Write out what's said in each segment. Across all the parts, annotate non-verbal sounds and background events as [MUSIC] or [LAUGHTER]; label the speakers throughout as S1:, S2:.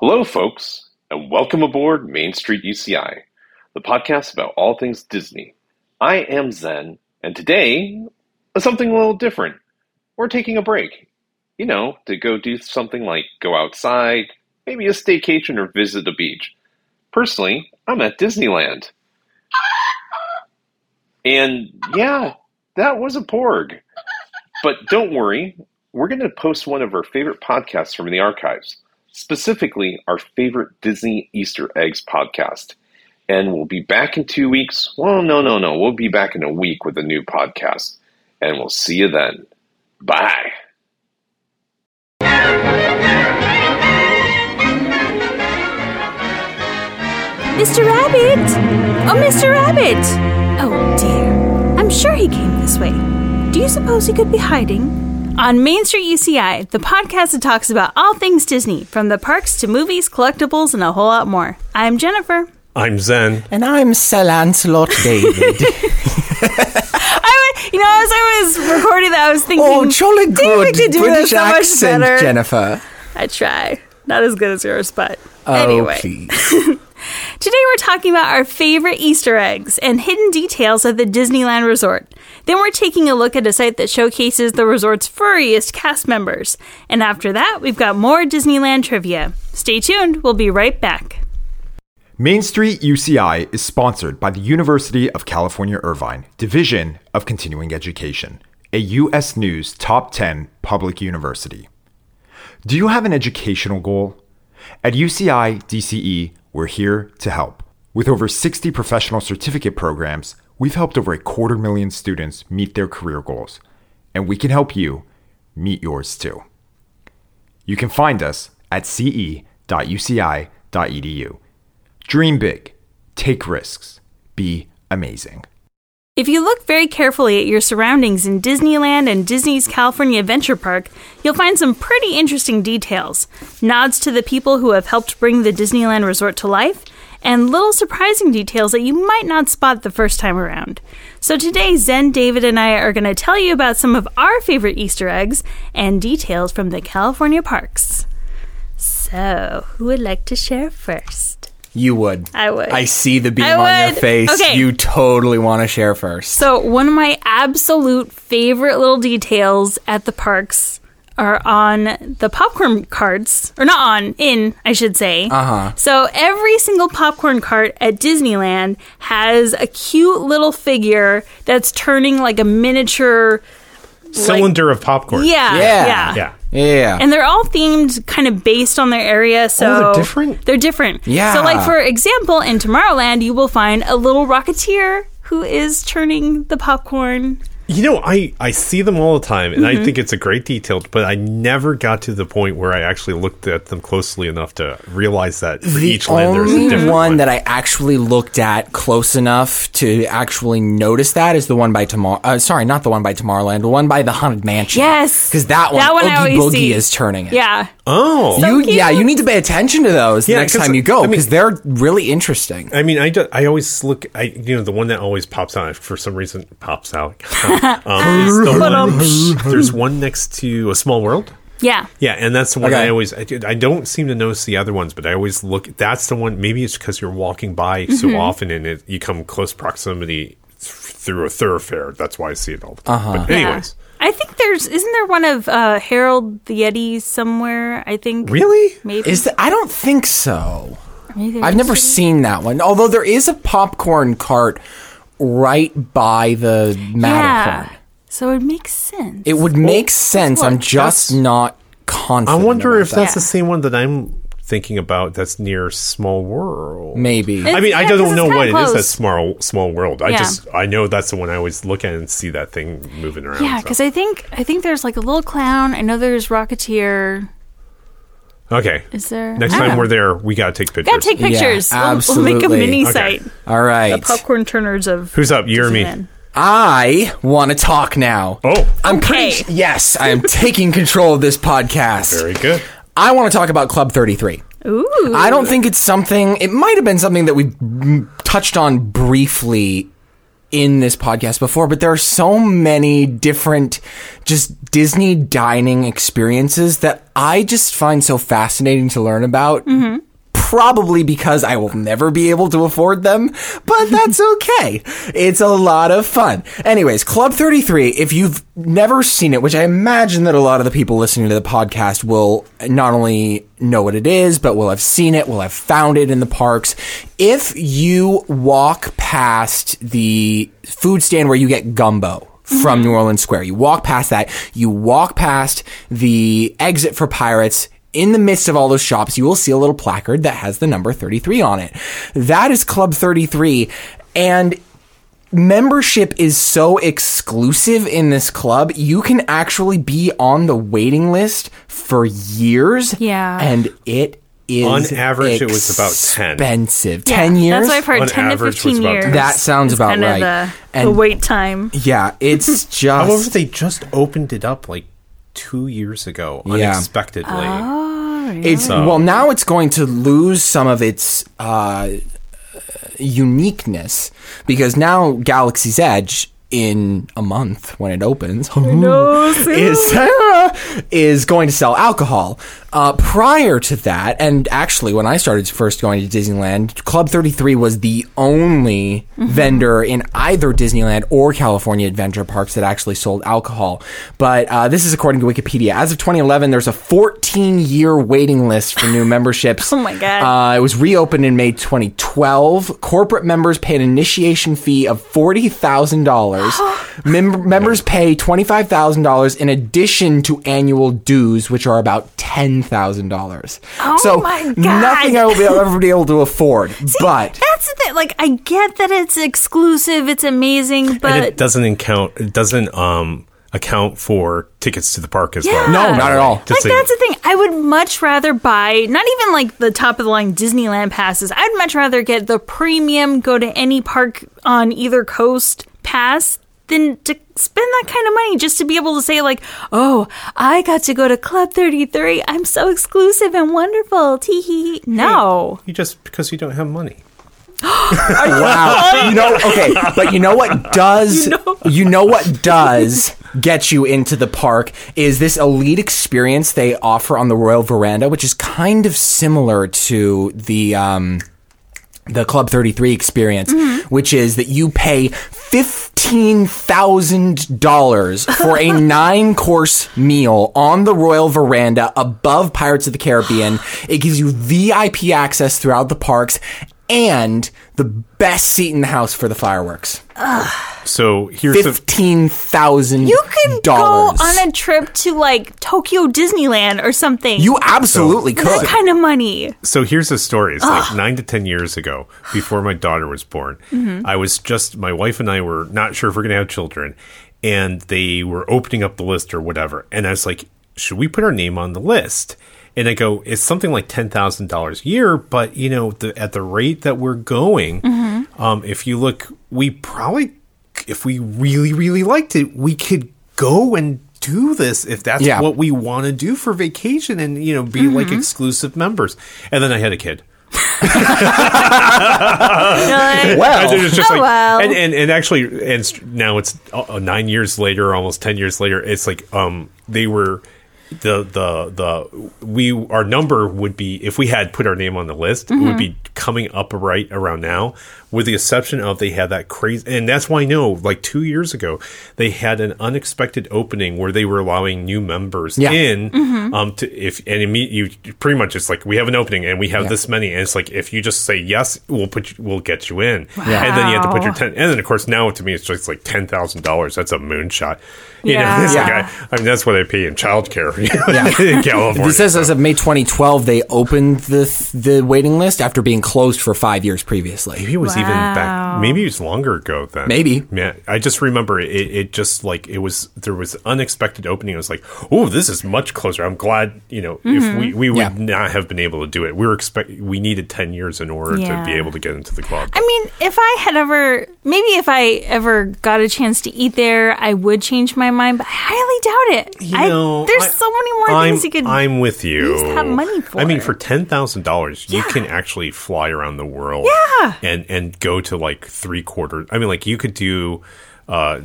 S1: Hello, folks, and welcome aboard Main Street UCI, the podcast about all things Disney. I am Zen, and today, something a little different. We're taking a break, you know, to go do something like go outside, maybe a staycation, or visit a beach. Personally, I'm at Disneyland. And yeah, that was a porg. But don't worry, we're going to post one of our favorite podcasts from the archives, specifically our favorite Disney Easter eggs podcast. And we'll be back in two weeks. Well, no, no, no. We'll be back in a week with a new podcast. And we'll see you then. Bye.
S2: Mr. Rabbit! Oh, Mr. Rabbit! Oh dear. I'm sure he came this way. Do you suppose he could be hiding? On Main Street UCI, the podcast that talks about all things Disney, from the parks to movies, collectibles, and a whole lot more. I'm Jennifer.
S3: I'm Zen.
S4: And I'm
S2: [LAUGHS]
S4: Sir Lancelot David.
S2: I, wa- you know, as I was recording that, I was thinking,
S4: oh, jolly
S2: "David
S4: good
S2: could do that
S4: British
S2: so much
S4: accent,
S2: better."
S4: Jennifer.
S2: I try. Not as good as yours, but
S4: Oh,
S2: anyway.
S4: please.
S2: Today we're talking about our favorite Easter eggs and hidden details of the Disneyland Resort. Then we're taking a look at a site that showcases the resort's furriest cast members. And after that, we've got more Disneyland trivia. Stay tuned, we'll be right back.
S5: Main Street UCI is sponsored by the University of California Irvine, Division of Continuing Education, a U.S. News Top 10 public university. Do you have an educational goal? At UCI DCE, E, we're here to help. With over 60 professional certificate programs, we've helped over a quarter million students meet their career goals, and we can help you meet yours too. You can find us at ce.uci.edu. Dream big, take risks, be amazing.
S2: If you look very carefully at your surroundings in Disneyland and Disney's California Adventure Park, you'll find some pretty interesting details nods to the people who have helped bring the Disneyland resort to life, and little surprising details that you might not spot the first time around. So today, Zen, David, and I are going to tell you about some of our favorite Easter eggs and details from the California parks. So, who would like to share first?
S4: You would.
S2: I would.
S4: I see the beam
S2: I
S4: on
S2: would.
S4: your face.
S2: Okay.
S4: You totally want to share first.
S2: So, one of my absolute favorite little details at the parks are on the popcorn carts, or not on, in, I should say. Uh huh. So, every single popcorn cart at Disneyland has a cute little figure that's turning like a miniature.
S3: Cylinder of popcorn.
S2: Yeah.
S4: Yeah.
S2: Yeah.
S3: Yeah.
S4: yeah.
S2: And they're all themed kind of based on their area. So
S3: they're different?
S2: They're different.
S4: Yeah.
S2: So, like, for example, in Tomorrowland, you will find a little Rocketeer who is turning the popcorn.
S3: You know, I, I see them all the time and I
S4: Mm-hmm.
S3: think it's a great detail, but I never got to the point where I actually looked at them closely enough to realize that for
S4: the
S3: each land there's a
S4: only
S3: different
S4: one, that I actually looked at close enough to actually notice that is the one by tomorrow. Uh, sorry, not the one by Tomorrowland. The one by the Haunted Mansion.
S2: Yes.
S4: because that one,
S2: That one I
S4: Oogie
S2: always
S4: Boogie
S2: see.
S4: is turning it.
S2: Yeah.
S3: Oh.
S2: So
S4: You,
S2: cute.
S4: yeah, you need to pay attention to those
S3: Yeah,
S4: the next
S3: 'cause,
S4: time you go
S3: I mean-
S4: because they're really interesting.
S3: I mean, I, do- I always look, I you know, the one that always pops out for some reason pops out. [LAUGHS] um,
S4: [LAUGHS]
S3: is the one, there's one next to A Small World.
S2: yeah.
S3: Yeah, and that's the one
S4: Okay.
S3: I always. I, did- I don't seem to notice the other ones, but I always look. That's the one. Maybe it's because you're walking by
S4: Mm-hmm.
S3: so often, and it, you come close proximity th- through a thoroughfare. That's why I see it all the time.
S4: Uh-huh.
S3: But
S2: Yeah.
S3: anyways,
S2: I think there's isn't there one of uh, Harold the Yeti somewhere? I think
S3: really,
S2: maybe
S4: Is that? I don't think so.
S2: Maybe there
S4: I've
S2: is.
S4: never seen that one. Although there is a popcorn cart right by the Matterhorn.
S2: Yeah. So it makes sense.
S4: It would make sense. I'm just not
S3: I
S4: confident.
S3: wonder
S4: about
S3: if that's
S4: that.
S3: the same one that I'm thinking about. That's near Small World.
S4: maybe.
S3: I mean, I
S2: Yeah, 'cause
S3: don't
S2: it's
S3: know
S2: kinda
S3: what it is.
S2: close.
S3: That's small, small world. I
S2: Yeah.
S3: just, I know that's the one I always look at and see that thing moving around.
S2: yeah,
S3: so.
S2: because I think I think there's like a little clown. I know there's Rocketeer.
S3: okay,
S2: Is there?
S3: next
S2: I don't
S3: time
S2: know.
S3: we're there, we gotta take pictures.
S2: gotta take
S4: Yeah,
S2: pictures. We'll- We'll, make a
S4: absolutely.
S2: mini
S4: Okay.
S2: site.
S4: All
S2: The
S4: right.
S2: popcorn turners of
S3: Who's up? You or me?
S2: Disneyland.
S4: I want to talk now.
S3: Oh,
S4: I'm
S2: Okay.
S4: pretty. Yes, I am taking control of this podcast.
S3: very good.
S4: I want to talk about Club 33.
S2: Ooh.
S4: I don't think it's something. It might have been something that we mm, touched on briefly in this podcast before, but there are so many different just Disney dining experiences that I just find so fascinating to learn about. Probably because I will never be able to afford them, but that's okay. It's a lot of fun. Anyways, Club 33, if you've never seen it, which I imagine that a lot of the people listening to the podcast will not only know what it is, but will have seen it, will have found it in the parks. If you walk past the food stand where you get gumbo from New Orleans Square, you walk past that, you walk past the exit for pirates. In the midst of all those shops, you will see a little placard that has the number 33 on it. That is Club 33. And membership is so exclusive in this club, you can actually be on the waiting list for years.
S2: Yeah.
S4: And it is
S3: On average, it was about 10.
S4: expensive.
S2: Yeah,
S4: 10
S2: That's
S4: years?
S2: what I've heard.
S3: On
S2: 10
S3: average,
S2: to
S3: was
S2: 15
S3: about
S2: years.
S3: 10.
S4: That sounds
S2: is
S4: about
S2: kinda
S4: right.
S2: The, the
S4: And-
S2: wait time.
S4: Yeah,
S2: [LAUGHS]
S4: it's just
S3: However, they just opened it up like two years ago,
S4: Yeah.
S3: unexpectedly.
S4: It's well now it's going to lose some of its uh, uniqueness because now Galaxy's Edge in a month when it opens [LAUGHS] is is going to sell alcohol. Uh, prior to that, and actually when I started first going to Disneyland, Club Thirty Three was the only
S2: Mm-hmm.
S4: vendor in either Disneyland or California Adventure Parks that actually sold alcohol. But uh, this is according to Wikipedia. As of 2011, there's a 14 year waiting list for
S2: [LAUGHS]
S4: new memberships.
S2: Oh my God.
S4: Uh, uh, it was reopened in May 2012. Corporate members pay an initiation fee of forty thousand
S2: [GASPS]
S4: dollars. Mem- members pay twenty five thousand dollars in addition to annual dues, which are about ten thousand dollars.
S2: Oh
S4: so
S2: my God.
S4: nothing I will be, I'll ever be able
S2: [LAUGHS]
S4: to afford. but
S2: That's the thing. Like, I get that it's exclusive, it's amazing, but
S3: and it doesn't account. It doesn't um account for tickets to the park as well.
S2: Yeah.
S4: no, not at all.
S3: Just
S2: like
S3: so you-
S2: that's the thing. I would much rather buy not even like the top of the line Disneyland passes. I'd much rather get the premium go to any park on either coast pass than to spend that kind of money just to be able to say like, "Oh, I got to go to Club 33. I'm so exclusive and wonderful." Tee hee. No.
S3: You just because you don't have money.
S4: Wow. you know, okay, but you know what does you know. what does get you into the park is this elite experience they offer on the Royal Veranda, which is kind of similar to the um the Club 33 experience, which is that you pay
S2: [LAUGHS]
S4: $15,000 for a nine course meal on the Royal Veranda above Pirates of the Caribbean. It gives you VIP access throughout the parks and the best seat in the house for the fireworks.
S3: So here's the
S4: $15,000.
S2: You could go on a trip to like Tokyo Disneyland or something.
S4: You absolutely
S2: that
S4: could.
S2: kind of money.
S3: so here's the story. It's like nine to ten years ago, before my daughter was born. I was just my wife and I were not sure if we're gonna have children, and they were opening up the list or whatever. And I was like, should we put our name on the list? And I go, it's something like ten thousand dollars a year, but you know, the, at the rate that we're going, um, if you look, we probably, if we really, really liked it, we could go and do this if that's
S4: Yeah.
S3: what we want to do for vacation and you know be like exclusive members and then i had a kid
S2: [LAUGHS]
S3: [LAUGHS]
S2: Like,
S4: Well,
S3: And it was just
S2: Oh,
S3: like-
S2: well.
S3: and, and and actually and s- now it's uh, nine years later almost ten years later it's like um they were the the the we our number would be if we had put our name on the list it
S2: Mm-hmm.
S3: would be coming up right around now with the exception of they had that crazy and that's why i know like two years ago they had an unexpected opening where they were allowing new members
S4: Yeah.
S3: in
S2: Mm-hmm.
S3: um to if and imme- you pretty much it's like we have an opening and we have this many and it's like if you just say yes we'll put you, we'll get you in and then you have to put your
S2: Wow.
S3: ten. And then of course now to me it's just like ten thousand dollars. That's a moonshot. You know, it's
S2: Yeah.
S3: like I, I mean that's what I pay in childcare [LAUGHS] in California.
S4: This says as of May 2012, they opened the the waiting list after being closed for five years previously.
S3: maybe it was even
S2: Wow.
S3: back. Maybe it was longer ago then.
S4: Maybe.
S3: Yeah, I just remember it. It just like it was. There was unexpected opening. It was like, oh, this is much closer. I'm glad. You know, if
S2: Mm-hmm.
S3: we we would
S4: Yeah.
S3: not have been able to do it. We were expect. We needed ten years in order
S2: Yeah.
S3: to be able to get into the club.
S2: I mean, if I had ever, maybe if I ever got a chance to eat there, I would change my mind, but I highly doubt it.
S3: You
S2: I,
S3: know,
S2: there's
S3: I-
S2: so many more
S3: I'm,
S2: things you could.
S3: I'm with you.
S2: use that money for.
S3: I mean, for ten thousand dollars, you can actually fly around the world.
S2: Yeah.
S3: and and could go to like three quarters. I mean, like you could do uh,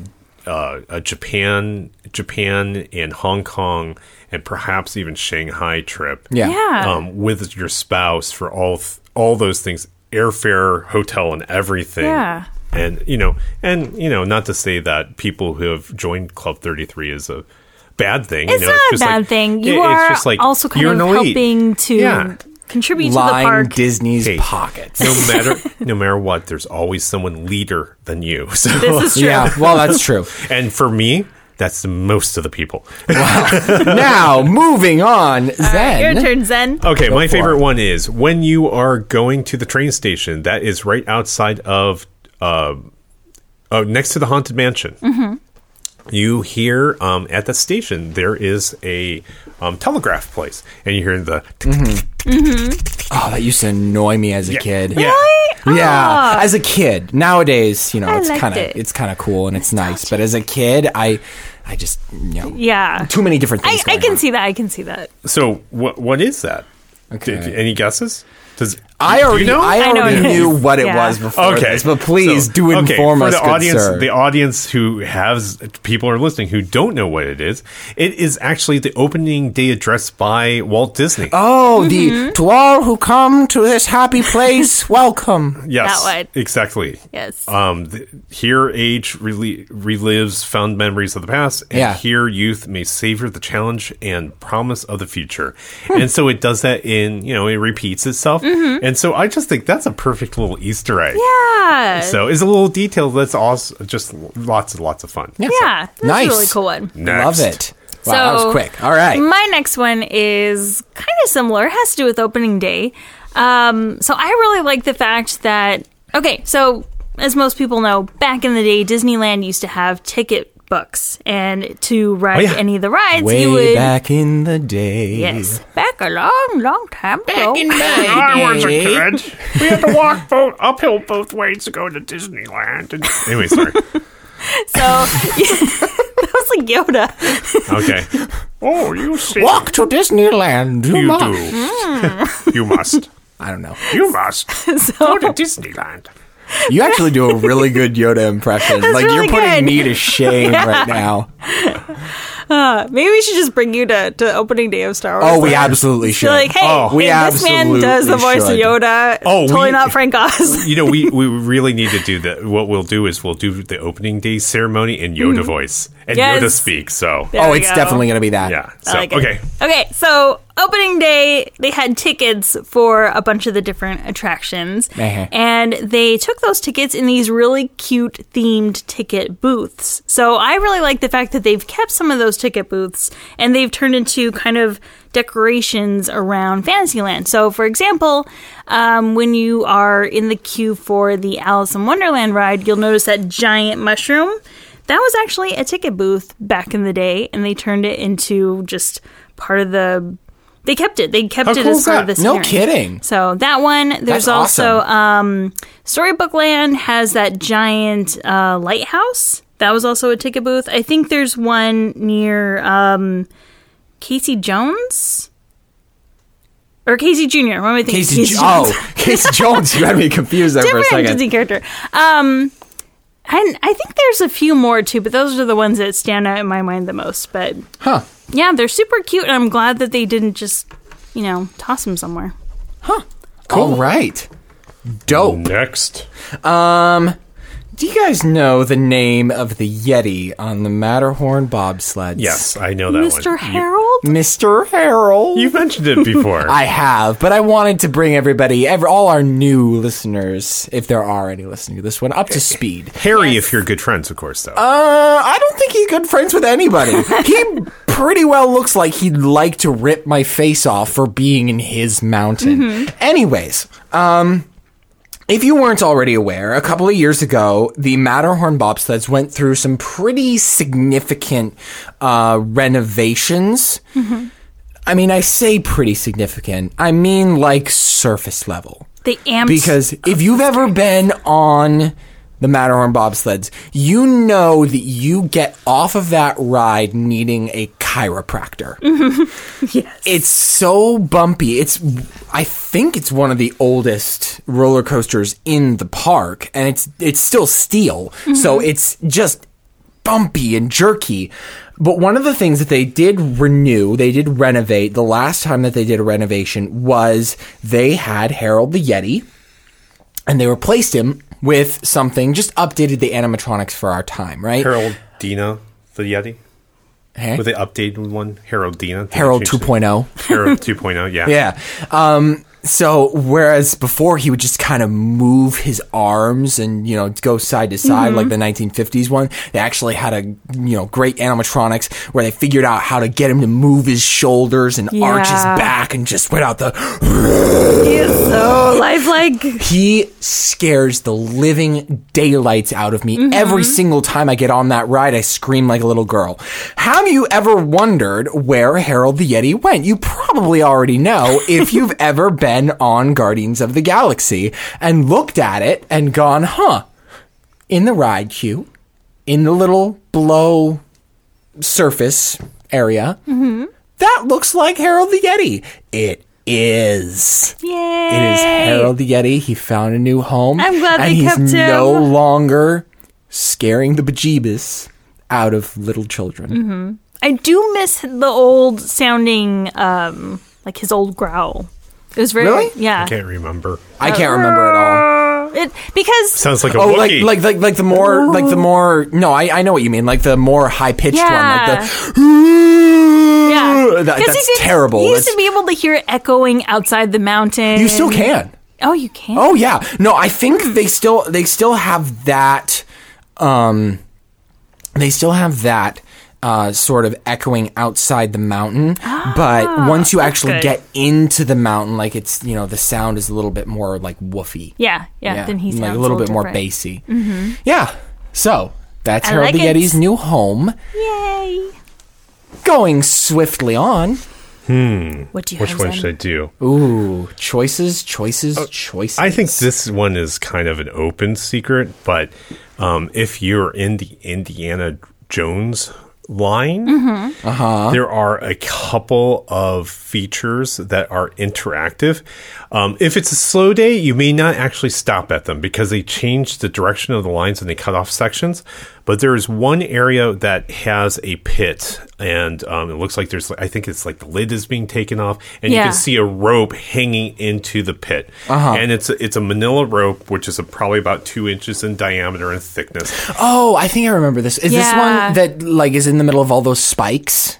S3: uh, a Japan, Japan and Hong Kong, and perhaps even Shanghai trip.
S4: Yeah.
S2: Yeah.
S3: Um, with your spouse for all th- all those things, airfare, hotel, and everything.
S2: Yeah.
S3: And you know, and you know, not to say that people who have joined Club Thirty Three is a bad thing.
S2: it's
S3: you know,
S2: not a
S3: just
S2: bad
S3: like-
S2: thing. You
S3: yeah,
S2: are
S3: it's just like
S2: also kind
S3: you're
S2: of
S3: an elite.
S2: helping to
S3: Yeah.
S2: contribute to the
S4: Line
S2: park.
S4: Disney's
S3: Hey.
S4: pockets.
S2: [LAUGHS]
S3: no matter no matter what, there's always someone leader than you. [LAUGHS] So,
S2: this is true.
S3: [LAUGHS]
S4: Yeah, well, that's
S2: [LAUGHS]
S4: true.
S3: and for me, that's the most of the people.
S4: now, moving on,
S2: Your
S4: Zen.
S2: Uh, turn, Zen.
S3: Okay, my
S4: for
S3: favorite
S4: it.
S3: one is when you are going to the train station. That is right outside of, uh, uh next to the haunted mansion.
S4: Mm-hmm.
S3: You hear um, at that station there is a um, telegraph place, and you hear the
S4: Oh, that used to annoy me as a kid.
S3: yeah.
S4: Yeah, as a kid. Nowadays, you know,
S2: Oh. I
S4: it's
S2: liked
S4: kind of
S2: it.
S4: it's kind of cool and it's nice. But as a kid, I, I just you know,
S2: Yeah.
S4: too many different
S2: I,
S4: things.
S2: I
S4: going
S2: can
S4: on.
S2: see that. I can see that.
S3: So what what is that?
S4: Okay.
S3: Did- any guesses? Does
S4: I
S3: do you
S4: already,
S3: know?
S4: I
S2: I know
S4: already
S2: it is.
S4: knew what it
S2: Yeah.
S4: was before this, but please
S3: So-
S4: do
S3: okay,
S4: inform
S3: for
S4: us,
S3: the
S4: good
S3: audience,
S4: sir.
S3: The audience who has people are listening who don't know what it is. It is actually the opening day address by Walt Disney.
S4: oh,
S2: Mm-hmm.
S4: the to all who come to this happy
S2: [LAUGHS]
S4: place, welcome.
S3: yes,
S2: that one.
S3: exactly.
S2: Yes.
S3: Um, the, here, age rel- relives found memories of the past, and
S4: Yeah.
S3: here, youth may savor the challenge and promise of the future.
S4: Hmm.
S3: And so it does that in you know it repeats itself,
S2: Mm-hmm.
S3: and so I just think that's a perfect little Easter egg.
S2: yeah.
S3: So it's a little detail that's also just lots and lots of fun.
S2: yeah. That's
S4: Nice.
S2: a really cool one.
S4: Love it. Wow, that was quick. All right.
S2: My next one is kind of similar. It has to do with opening day. Um, so I really like the fact that okay, so as most people know, back in the day, Disneyland used to have ticket books, and to ride
S3: yeah.
S2: any of the rides,
S4: Oh, Way
S2: you would
S4: back in the day.
S2: yes, back a long, long time ago.
S6: I was a
S4: Eh?
S6: kid. We had to walk both uphill both ways to go to Disneyland. And
S4: [LAUGHS]
S3: Anyway, sorry.
S2: so [LAUGHS] that was like Yoda.
S3: Okay.
S6: oh, you see,
S4: Walk to Disneyland. You,
S3: You
S4: must.
S3: do.
S4: Mm.
S3: you must.
S4: I don't know.
S6: you must go to Disneyland.
S4: You actually do a really good Yoda impression. like
S2: really
S4: you're putting
S2: good.
S4: me to shame
S2: [LAUGHS]
S4: right now.
S2: Maybe we should just bring you to, to opening day of Star Wars.
S4: Oh, we absolutely should.
S2: Be like, hey,
S3: Oh.
S4: We
S2: this man
S4: absolutely
S2: does the voice
S4: should.
S2: of Yoda. It's
S3: Oh,
S2: totally
S3: we-
S2: not Frank Oz.
S3: You know, we, we really need to do that. What we'll do is we'll do the opening day ceremony in
S4: Mm-hmm.
S3: Yoda voice and
S2: Yes.
S3: Yoda speak. So
S2: There
S4: oh,
S2: we
S4: it's
S2: go.
S4: definitely gonna be that.
S3: yeah.
S2: I
S3: So
S2: like it.
S3: okay.
S2: Okay, so opening day, they had tickets for a bunch of the different attractions.
S4: Uh-huh.
S2: And they took those tickets in these really cute themed ticket booths. So I really like the fact that they've kept some of those ticket booths and they've turned into kind of decorations around Fantasyland. So, for example, um, when you are in the queue for the Alice in Wonderland ride, you'll notice that giant mushroom. That was actually a ticket booth back in the day, and they turned it into just part of the. They kept it. They kept
S3: How
S2: it
S3: cool
S2: as
S3: is
S2: part
S3: that?
S2: of the
S4: No
S2: scenery.
S4: kidding.
S2: So that one. There's
S4: That's
S2: also
S4: awesome.
S2: um, Storybook Land has that giant uh, lighthouse. That was also a ticket booth. I think there's one near um, Casey Jones or Casey Jr. What am I thinking?
S4: Casey, jo- oh, Casey Jones. You had me confused there for a
S2: different
S4: second.
S2: Disney character. Um, and I think there's a few more too, but those are the ones that stand out in my mind the most. But
S4: Huh.
S2: yeah, they're super cute, and I'm glad that they didn't just, you know, toss them somewhere.
S4: All right. Dope. Um,
S3: Next.
S4: Do you guys know the name of the Yeti on the Matterhorn bobsleds?
S3: Yes, I know that
S2: Mr.
S3: one.
S2: Harold?
S4: Mr. Harold.
S3: You, you mentioned it
S4: [LAUGHS]
S3: before.
S4: I have, but I wanted to bring everybody, ever, all our new listeners, if there are any listening to this one, up to speed.
S3: Harry, if you're good friends, of course, though.
S4: Uh, I don't think he's good friends with anybody. he pretty well looks like he'd like to rip my face off for being in his mountain. Anyways, um, if you weren't already aware, a couple of years ago, the Matterhorn bobsleds went through some pretty significant uh, renovations. I mean, I say pretty significant. I mean, like surface level.
S2: They amped.
S4: Because if you've ever been on the Matterhorn bobsleds, you know that you get off of that ride needing a chiropractor.
S2: Yes.
S4: It's so bumpy. It's I think it's one of the oldest roller coasters in the park and it's it's still steel. So it's just bumpy and jerky. But one of the things that they did renew, they did renovate. The last time that they did a renovation was they had Harold the Yeti and they replaced him with something just updated the animatronics for our time, right?
S3: Harold Dina, the Yeti.
S4: Hey?
S3: With the updated one, Harold Dina. Did they
S4: Eh? Harold oh.
S3: change the-
S4: 2.0.
S3: Harold 2.0, yeah.
S4: [LAUGHS] Yeah. Um, so whereas before he would just kind of move his arms and you know go side to side like the 1950s one, they actually had a you know great animatronics where they figured out how to get him to move his shoulders and arch his
S2: Yeah.
S4: back and just went out the.
S2: so lifelike.
S4: He scares the living daylights out of me every single time I get on that ride. I scream like a little girl. Have you ever wondered where Harold the Yeti went? You probably already know if you've ever been on Guardians of the Galaxy and looked at it and gone, huh? In the ride queue, in the little below surface area, that looks like Harold the Yeti. It is.
S2: Yay.
S4: It is Harold the Yeti. He found a new home.
S2: I'm glad
S4: and
S2: they
S4: he's
S2: kept him.
S4: no longer scaring the bejeebus out of little children.
S2: Mm-hmm. I do miss the old sounding, um, like his old growl. It was very,
S4: Really?
S2: yeah.
S3: I can't remember.
S4: I can't remember at all.
S2: It because
S3: Sounds like a
S4: Oh, like,
S3: Wookiee.
S4: like like like the more like the more no, I, I know what you mean. Like the more high pitched one,
S2: yeah,
S4: like the
S2: yeah,
S4: [GASPS] That-
S2: 'Cause
S4: that's
S2: he did-
S4: terrible.
S2: He used
S4: That's-
S2: to be able to hear it echoing outside the mountain.
S4: you still can.
S2: Oh, you can.
S4: Oh yeah. No, I think they still they still have that um they still have that uh, sort of echoing outside the mountain, but once you actually
S2: Ah, good.
S4: get into the mountain, like it's you know the sound is a little bit more like woofy,
S2: yeah, yeah. Then he sounds
S4: like a little bit more
S2: different.
S4: bassy. Mm-hmm. Yeah, so that's
S2: I
S4: Harold
S2: like
S4: the
S2: it.
S4: Yeti's new home.
S2: Yay!
S4: Going swiftly on.
S2: What do you?
S3: Which
S2: have
S3: one
S2: then?
S3: should I do?
S4: Ooh, choices, choices, choices.
S3: I think this one is kind of an open secret, but um, if you're in the Indiana Jones line, there are a couple of features that are interactive. Um, if it's a slow day, you may not actually stop at them because they change the direction of the lines and they cut off sections. But there is one area that has a pit, and um, it looks like there's, I think it's like the lid is being taken off, and you
S2: Yeah.
S3: can see a rope hanging into the pit. And it's a, it's a manila rope, which is a, probably about two inches in diameter and thickness.
S4: Oh, I think I remember this. Is
S2: Yeah.
S4: this one that like is in the middle of all those spikes?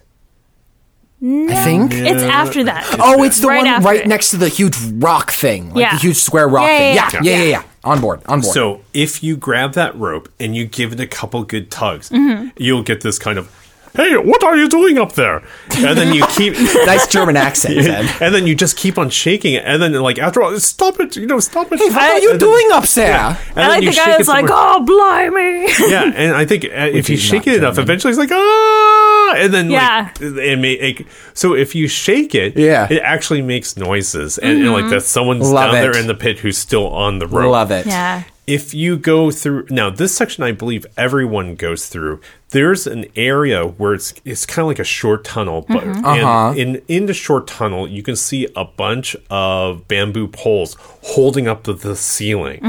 S4: I think.
S2: It's after that.
S4: Oh, it's the
S2: Right
S4: one
S2: after
S4: right
S2: it.
S4: next to the huge rock thing, like
S2: Yeah.
S4: the huge square rock
S2: Yeah,
S4: thing.
S2: yeah,
S4: Yeah yeah. yeah, yeah, On board, on board.
S3: So if you grab that rope and you give it a couple good tugs,
S4: Mm-hmm.
S3: you'll get this kind of, hey, what are you doing up there? And then you
S4: [LAUGHS]
S3: keep.
S4: nice German
S3: [LAUGHS]
S4: accent. Ed.
S3: And then you just keep on shaking it, and then like after all, stop it! You know, stop it!
S4: What are you
S3: And then- [LAUGHS]
S4: doing up there?
S3: And
S2: And
S3: then
S2: I
S3: you
S2: think
S3: shake
S2: I
S3: it
S2: was like,
S3: somewhere.
S2: "Oh, blimey!"
S4: [LAUGHS]
S3: yeah, and I think uh, if you
S4: is
S3: shake
S4: not
S3: it enough, eventually it's like ah, and then
S2: Yeah.
S3: like it may it, so if you shake it,
S4: Yeah. Mm-hmm.
S3: it actually makes noises, and, and, like that someone's
S4: Love
S3: down there
S4: it.
S3: in the pit who's still on the rope.
S4: Love it.
S2: yeah.
S3: If you go through now, this section I believe everyone goes through. There's an area where it's it's kind of like a short tunnel, but and in in the short tunnel you can see a bunch of bamboo poles holding up to the ceiling,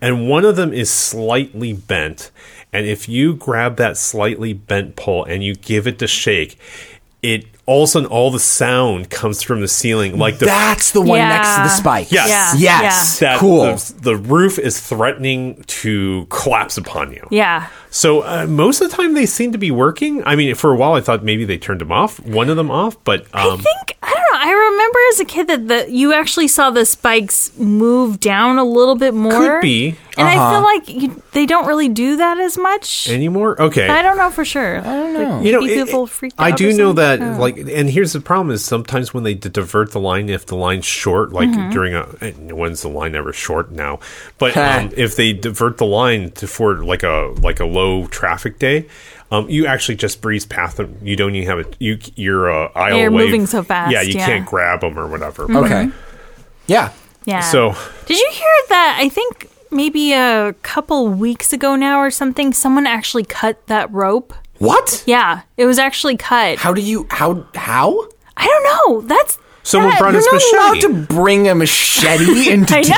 S3: and one of them is slightly bent. And if you grab that slightly bent pole and you give it to shake, it all of a sudden all the sound comes from the ceiling, like the
S4: That's the one
S2: Yeah.
S4: next to the spikes.
S3: Yes.
S2: Yeah.
S4: Yes.
S3: that
S4: cool.
S3: the, the roof is threatening to collapse upon you.
S2: Yeah.
S3: So uh, most of the time they seem to be working. I mean, for a while I thought maybe they turned them off, one of them off, but um,
S2: I think I don't know. I remember as a kid that the you actually saw the spikes move down a little bit more.
S3: could be
S2: And I feel like you, they don't really do that as much.
S3: anymore. Okay,
S2: I don't know for sure. I don't know.
S3: you know, it-
S2: people
S3: it-
S2: freaked
S3: I
S2: out
S3: do
S2: or something.
S3: know that. Like, and here's the problem: is sometimes when they d- divert the line, if the line's short, like
S2: Mm-hmm.
S3: during a and when's the line ever short now?
S2: [LAUGHS]
S3: But um, if they divert the line to for like a like a low traffic day. Um, you actually just breeze past them. You don't even have a you. Your uh, aisle
S2: They're
S3: wave-
S2: moving so fast,
S3: Yeah,
S2: yeah.
S3: you
S2: Mm-hmm.
S3: can't grab them or whatever. but-
S4: Okay. Yeah.
S2: Yeah.
S3: So
S2: did you hear that? I think maybe a couple weeks ago now or something. Someone actually cut that rope
S4: What?
S2: Yeah, it was actually cut.
S4: How do you how how?
S2: I don't know. That's
S3: Someone
S2: sad.
S3: brought
S4: You're
S3: his
S4: not allowed
S3: machete.
S4: to bring
S2: [LAUGHS]
S4: a machete into
S2: I know.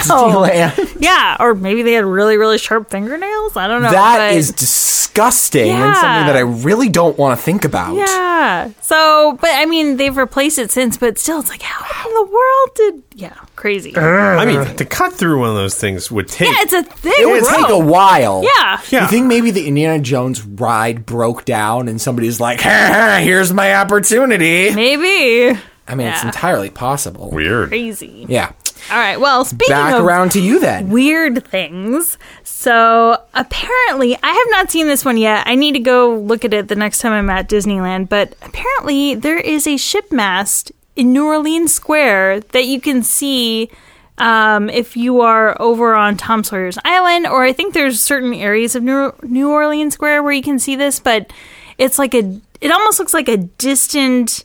S4: Disneyland.
S2: Yeah, or maybe they had really really sharp fingernails. I don't know.
S4: That
S2: but-
S4: is disgusting and
S2: Yeah.
S4: something that I really don't want to think about.
S2: Yeah. So, but I mean, they've replaced it since, but still, it's like, how in the world did. Yeah, crazy. Yeah,
S3: I mean, to cut through one of those things would take.
S2: it's a thing.
S4: It would
S2: bro.
S4: take a while.
S2: Yeah.
S3: Yeah.
S4: You think maybe the Indiana Jones ride broke down and somebody's like, [LAUGHS] "Ha, ha, here's my opportunity.
S2: Maybe.
S4: I mean, it's
S2: Yeah.
S4: entirely possible.
S3: Weird.
S2: Crazy.
S4: Yeah.
S2: All right. Well, speaking
S4: Back
S2: of
S4: around to you then.
S2: weird things. So apparently, I have not seen this one yet. I need to go look at it the next time I'm at Disneyland. But apparently, there is a ship mast in New Orleans Square that you can see um, if you are over on Tom Sawyer's Island, or I think there's certain areas of New, New Orleans Square where you can see this. But it's like a, it almost looks like a distant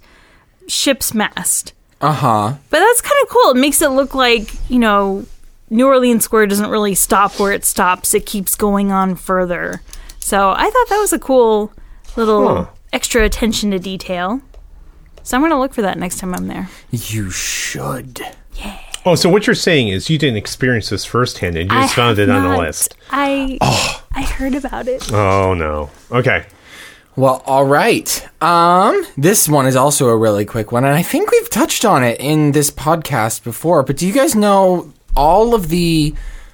S2: ship's mast.
S4: Uh huh.
S2: But that's kind of cool. It makes it look like, you know, New Orleans Square doesn't really stop where it stops, it keeps going on further. So I thought that was a cool little extra attention to detail. So I'm going to look for that next time I'm there.
S4: You should.
S3: Oh, so what you're saying is you didn't experience this firsthand and you just
S2: I
S3: found
S2: have
S3: it on the
S2: not.
S3: list.
S2: I I heard about it.
S3: Oh, no. Okay.
S4: Well, all right. Um, this one is also a really quick one, and I think we've touched on it in this podcast before. But do you guys know all of the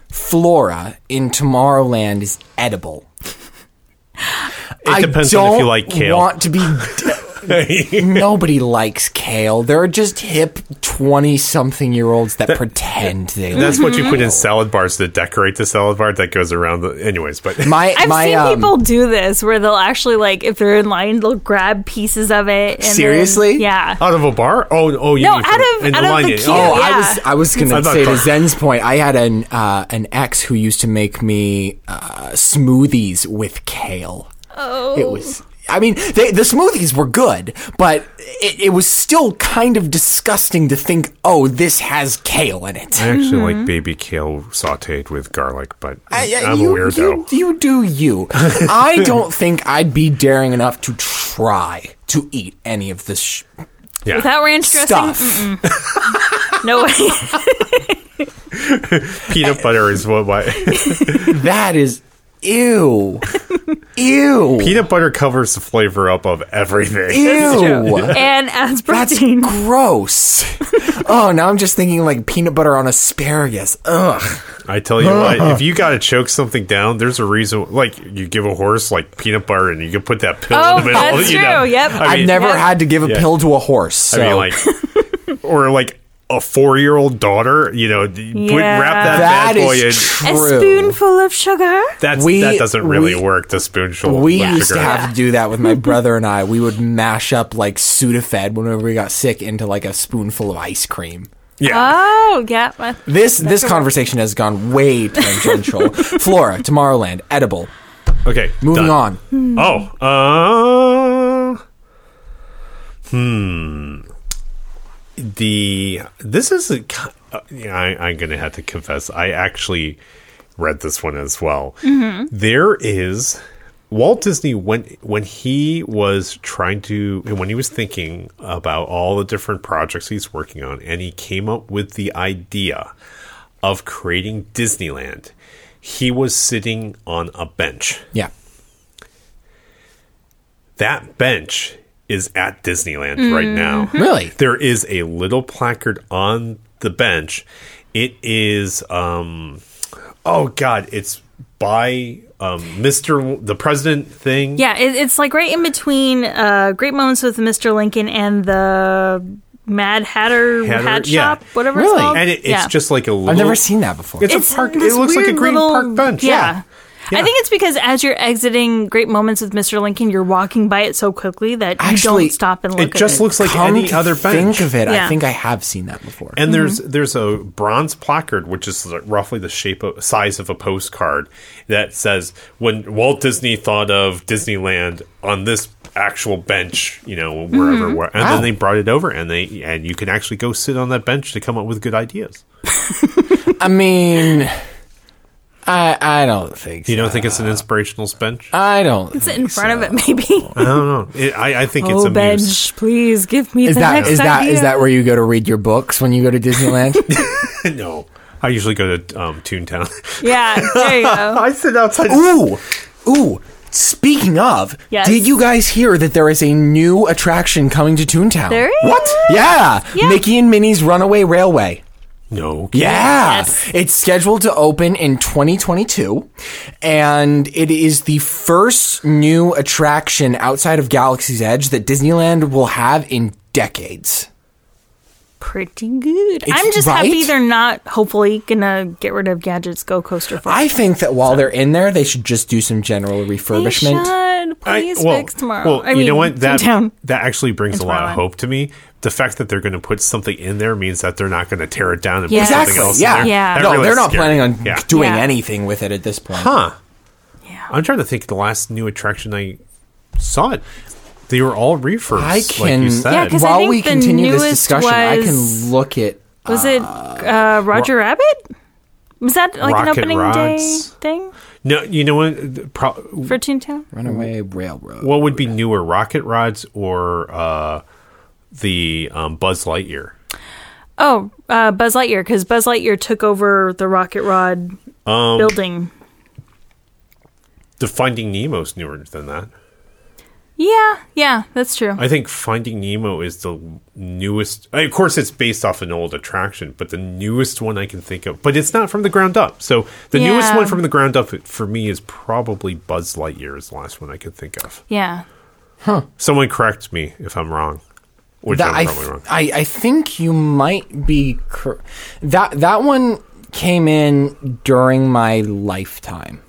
S4: flora in Tomorrowland is edible? It
S3: depends on if you like kale.
S4: Want to
S3: [LAUGHS]
S4: be? Nobody likes kale. There are just hip twenty-something-year-olds that pretend they.
S3: That's
S4: like
S3: what you put
S2: Mhm.
S3: in salad bars to decorate the salad bar that goes around the. Anyways, but.
S4: my
S2: I've
S4: my
S2: seen
S4: um,
S2: people do this where they'll actually like if they're in line they'll grab pieces of it. And then-
S4: Seriously?
S2: yeah.
S3: [LAUGHS] Out of a bar? Oh, oh, you
S2: No,
S3: mean
S2: out
S3: from-
S2: of-
S3: in
S2: out of
S3: line,
S2: the
S3: yeah.
S2: queue.
S3: Oh,
S4: Oh,
S2: Yeah.
S4: I was I was gonna
S3: I'm not
S4: say to
S3: clear.
S4: Zen's point, I had an uh, an ex who used to make me uh, smoothies with kale. Oh, it was. I mean, they, the smoothies were good, but it, it was still kind of disgusting to think, oh, this has kale in it.
S3: I actually
S2: Mm-hmm.
S3: like baby kale sauteed with garlic, but I,
S4: Uh, Yeah,
S3: am
S4: you,
S3: a weirdo.
S4: You, you do
S3: [LAUGHS]
S4: you. I don't think I'd be daring enough to try to eat any of this sh-
S3: yeah.
S2: Without ranch dressing?
S4: stuff.
S2: No
S4: [LAUGHS]
S2: way.
S3: Peanut butter is what my. [LAUGHS]
S4: That is
S2: [LAUGHS]
S4: ew, ew.
S3: peanut butter covers the flavor up of everything.
S4: Ew.
S2: and as
S4: That's
S2: protein. [LAUGHS]
S4: gross. oh, now I'm just thinking like peanut butter on asparagus. Ugh.
S3: I tell you what, if you
S2: [LAUGHS]
S3: got to choke something down, there's a reason. Like you give a horse like peanut butter, and you can put that pill
S2: Oh,
S3: in the middle. [LAUGHS]
S2: that's
S3: you know?
S2: true, yep.
S3: I
S4: I've
S3: mean,
S4: never
S2: yeah.
S4: had to give a
S3: Yeah.
S4: pill to a horse. So.
S3: I mean,
S4: [LAUGHS]
S3: like, or like a four-year-old daughter. You know, d- put,
S2: Yeah.
S3: wrap that,
S4: that
S3: bad boy in.
S4: is
S2: A
S4: true.
S2: spoonful of sugar.
S3: That's
S4: We-
S3: that doesn't really
S4: we-
S3: work. The spoonful.
S4: we
S3: of
S4: used to
S3: sugar.
S4: have to do that
S2: [LAUGHS]
S4: with my brother and I. We would mash up like Sudafed whenever we got sick into like a spoonful of ice cream.
S3: Yeah.
S2: Oh, yeah. I-
S4: This this conversation has gone
S2: [LAUGHS]
S4: way tangential. Flora, Tomorrowland, edible.
S3: okay.
S4: Moving
S3: done.
S4: on.
S3: Oh, uh, hmm. The this is a, ki- uh, yeah, I, I'm gonna have to confess. I actually read this one as well. There is Walt Disney when when he was trying to when he was thinking about all the different projects he's working on, and he came up with the idea of creating Disneyland. He was sitting on a bench
S4: Yeah.
S3: that bench is at Disneyland right now.
S2: Mm-hmm.
S4: Really?
S3: There is a little placard on the bench. It is um oh god, it's by um Mr. the president thing.
S2: Yeah, it, it's like right in between uh, Great Moments with Mr. Lincoln and the Mad Hatter,
S3: Hatter,
S2: hat
S3: yeah.
S2: shop, whatever it's
S4: Really?
S2: called.
S3: And it, it's
S2: Yeah.
S3: just like a little
S4: I've never seen that before.
S3: it's, a park it
S2: this
S3: looks like a
S2: weird
S3: green
S2: little-
S3: park bench.
S2: I think it's because as you're exiting Great Moments with Mr. Lincoln, you're walking by it so quickly that you
S4: Actually,
S2: don't stop and look
S3: It just
S2: at it.
S3: looks like
S4: Come
S3: any
S4: to
S3: other bench.
S4: think of it,
S2: Yeah.
S4: I think I have seen that before.
S3: And there's there's a bronze placard, which is like roughly the shape of size of a postcard, that says when Walt Disney thought of Disneyland on this actual bench, you know, wherever, where, and then they brought it over, and they and you can actually go sit on that bench to come up with good ideas.
S4: I mean, I I don't think. So.
S3: You don't think it's an inspirational bench?
S4: I don't.
S2: Sit in front of it, maybe.
S3: I don't know. It, I, I think it's
S2: oh,
S3: a muse.
S2: bench, please give me
S4: Is
S2: the
S4: that
S2: next
S4: is that
S2: idea.
S4: is that where you go to read your books when you go to Disneyland?
S3: [LAUGHS] no, I usually go to um, Toontown.
S2: Yeah, there you
S3: [LAUGHS]
S2: go.
S3: sit
S4: [LAUGHS]
S3: outside.
S4: ooh, ooh. Speaking of,
S2: Yes.
S4: did you guys hear that there is a new attraction coming to Toontown?
S2: There is?
S4: What? Yeah.
S2: Yeah.
S4: Mickey and Minnie's Runaway Railway.
S3: No.
S4: Yeah.
S2: Yes.
S4: It's scheduled to open in 2022, and it is the first new attraction outside of Galaxy's Edge that Disneyland will have in decades.
S2: Pretty good.
S4: It's
S2: I'm just happy
S4: right.
S2: they're not hopefully gonna get rid of Gadget's Go Coaster for
S4: I think that while they're in there, they should just do some general
S2: They
S4: refurbishment.
S2: should. Please
S3: well,
S2: fix tomorrow.
S3: Well,
S2: I
S3: you
S2: mean,
S3: know what? That
S2: Toontown.
S3: that actually brings a lot of
S2: Tomorrowland.
S3: hope to me. The fact that they're going to put something in there means that they're not going to tear it down and
S2: Yeah.
S3: put something
S4: Exactly.
S3: else
S4: Yeah.
S3: in there.
S2: Yeah.
S3: That
S4: No,
S3: really
S4: they're
S3: is
S4: not
S3: scary.
S4: planning on
S3: Yeah.
S4: doing
S2: Yeah.
S4: anything with it at this point.
S3: Huh. I'm trying to think of the last new attraction I saw it. They were all refurbs,
S4: I
S3: like
S4: can.
S3: you said.
S2: Yeah, 'cause I
S4: while
S2: think
S4: we
S2: the
S4: continue this
S2: newest
S4: discussion, I
S2: was-
S4: can look at.
S2: Was it uh, Roger Rabbit? Was that like an
S3: Rocket
S2: opening
S3: Rods.
S2: day thing
S3: no, you know what? Pro-
S2: for Toontown?
S4: Runaway Railroad.
S3: what would be newer, rocket rods or uh, the um, Buzz Lightyear?
S2: Oh, uh, Buzz Lightyear, because Buzz Lightyear took over the Rocket Rod
S3: Um,
S2: building.
S3: The Finding Nemo's newer than that.
S2: Yeah, yeah, that's true.
S3: I think Finding Nemo is the newest. I- Of course, it's based off an old attraction, but the newest one I can think of. But it's not from the ground up. So the newest
S2: Yeah.
S3: one from the ground up for me is probably Buzz Lightyear is the last one I could think of.
S2: yeah,
S3: Someone correct me if I'm wrong, which
S4: That, I,
S3: I'm
S4: th-
S3: probably wrong.
S4: I I think you might be cor- that that one came in during my lifetime.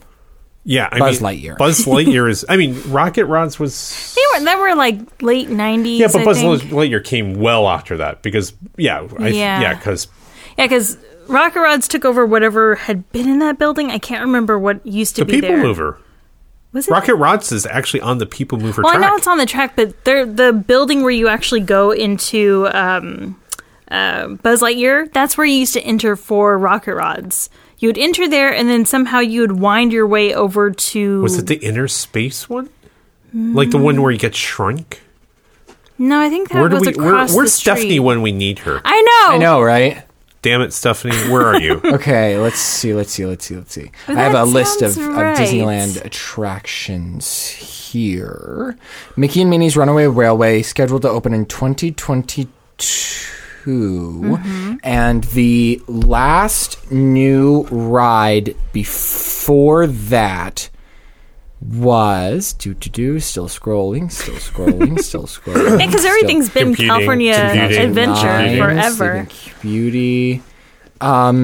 S3: Yeah, I
S4: Buzz
S3: mean,
S4: Lightyear. [LAUGHS]
S3: Buzz Lightyear is. I mean, Rocket Rods was.
S2: they were that were like late nineties.
S3: Yeah, but Buzz
S2: think.
S3: Lightyear came well after that because yeah, I,
S2: Yeah.
S3: yeah, because
S2: yeah, because Rocket Rods took over whatever had been in that building. I can't remember what used to
S3: the
S2: be
S3: People
S2: there.
S3: Mover.
S2: Was it?
S3: Rocket Rods is actually on the People Mover
S2: well,
S3: track.
S2: I know it's on the track, but they're, the building where you actually go into um, uh, Buzz Lightyear, that's where you used to enter for Rocket Rods. You would enter there, and then somehow you would wind your way over to.
S3: Was it the inner space one? Like the one where you get shrunk?
S2: no, I think that
S3: Where do
S2: was
S3: we? Where,
S2: across
S3: where's
S2: the street.
S3: Stephanie when we need her?
S2: I know.
S4: I know, right?
S3: Damn it, Stephanie, where are
S2: [LAUGHS]
S3: you?
S4: Okay, let's see, let's see, let's see, let's see. I have
S2: that
S4: a list of,
S2: sounds
S4: of
S2: right.
S4: Disneyland attractions here. Mickey and Minnie's Runaway Railway scheduled to open in 2022.
S2: Mm-hmm.
S4: And the last new ride before that was do do do still scrolling, still
S2: [LAUGHS]
S4: scrolling, still scrolling.
S2: Because
S4: still-
S2: everything's been
S3: Computing,
S2: California
S3: computing,
S2: Adventure
S3: computing.
S2: forever.
S4: Sleeping Beauty. Um,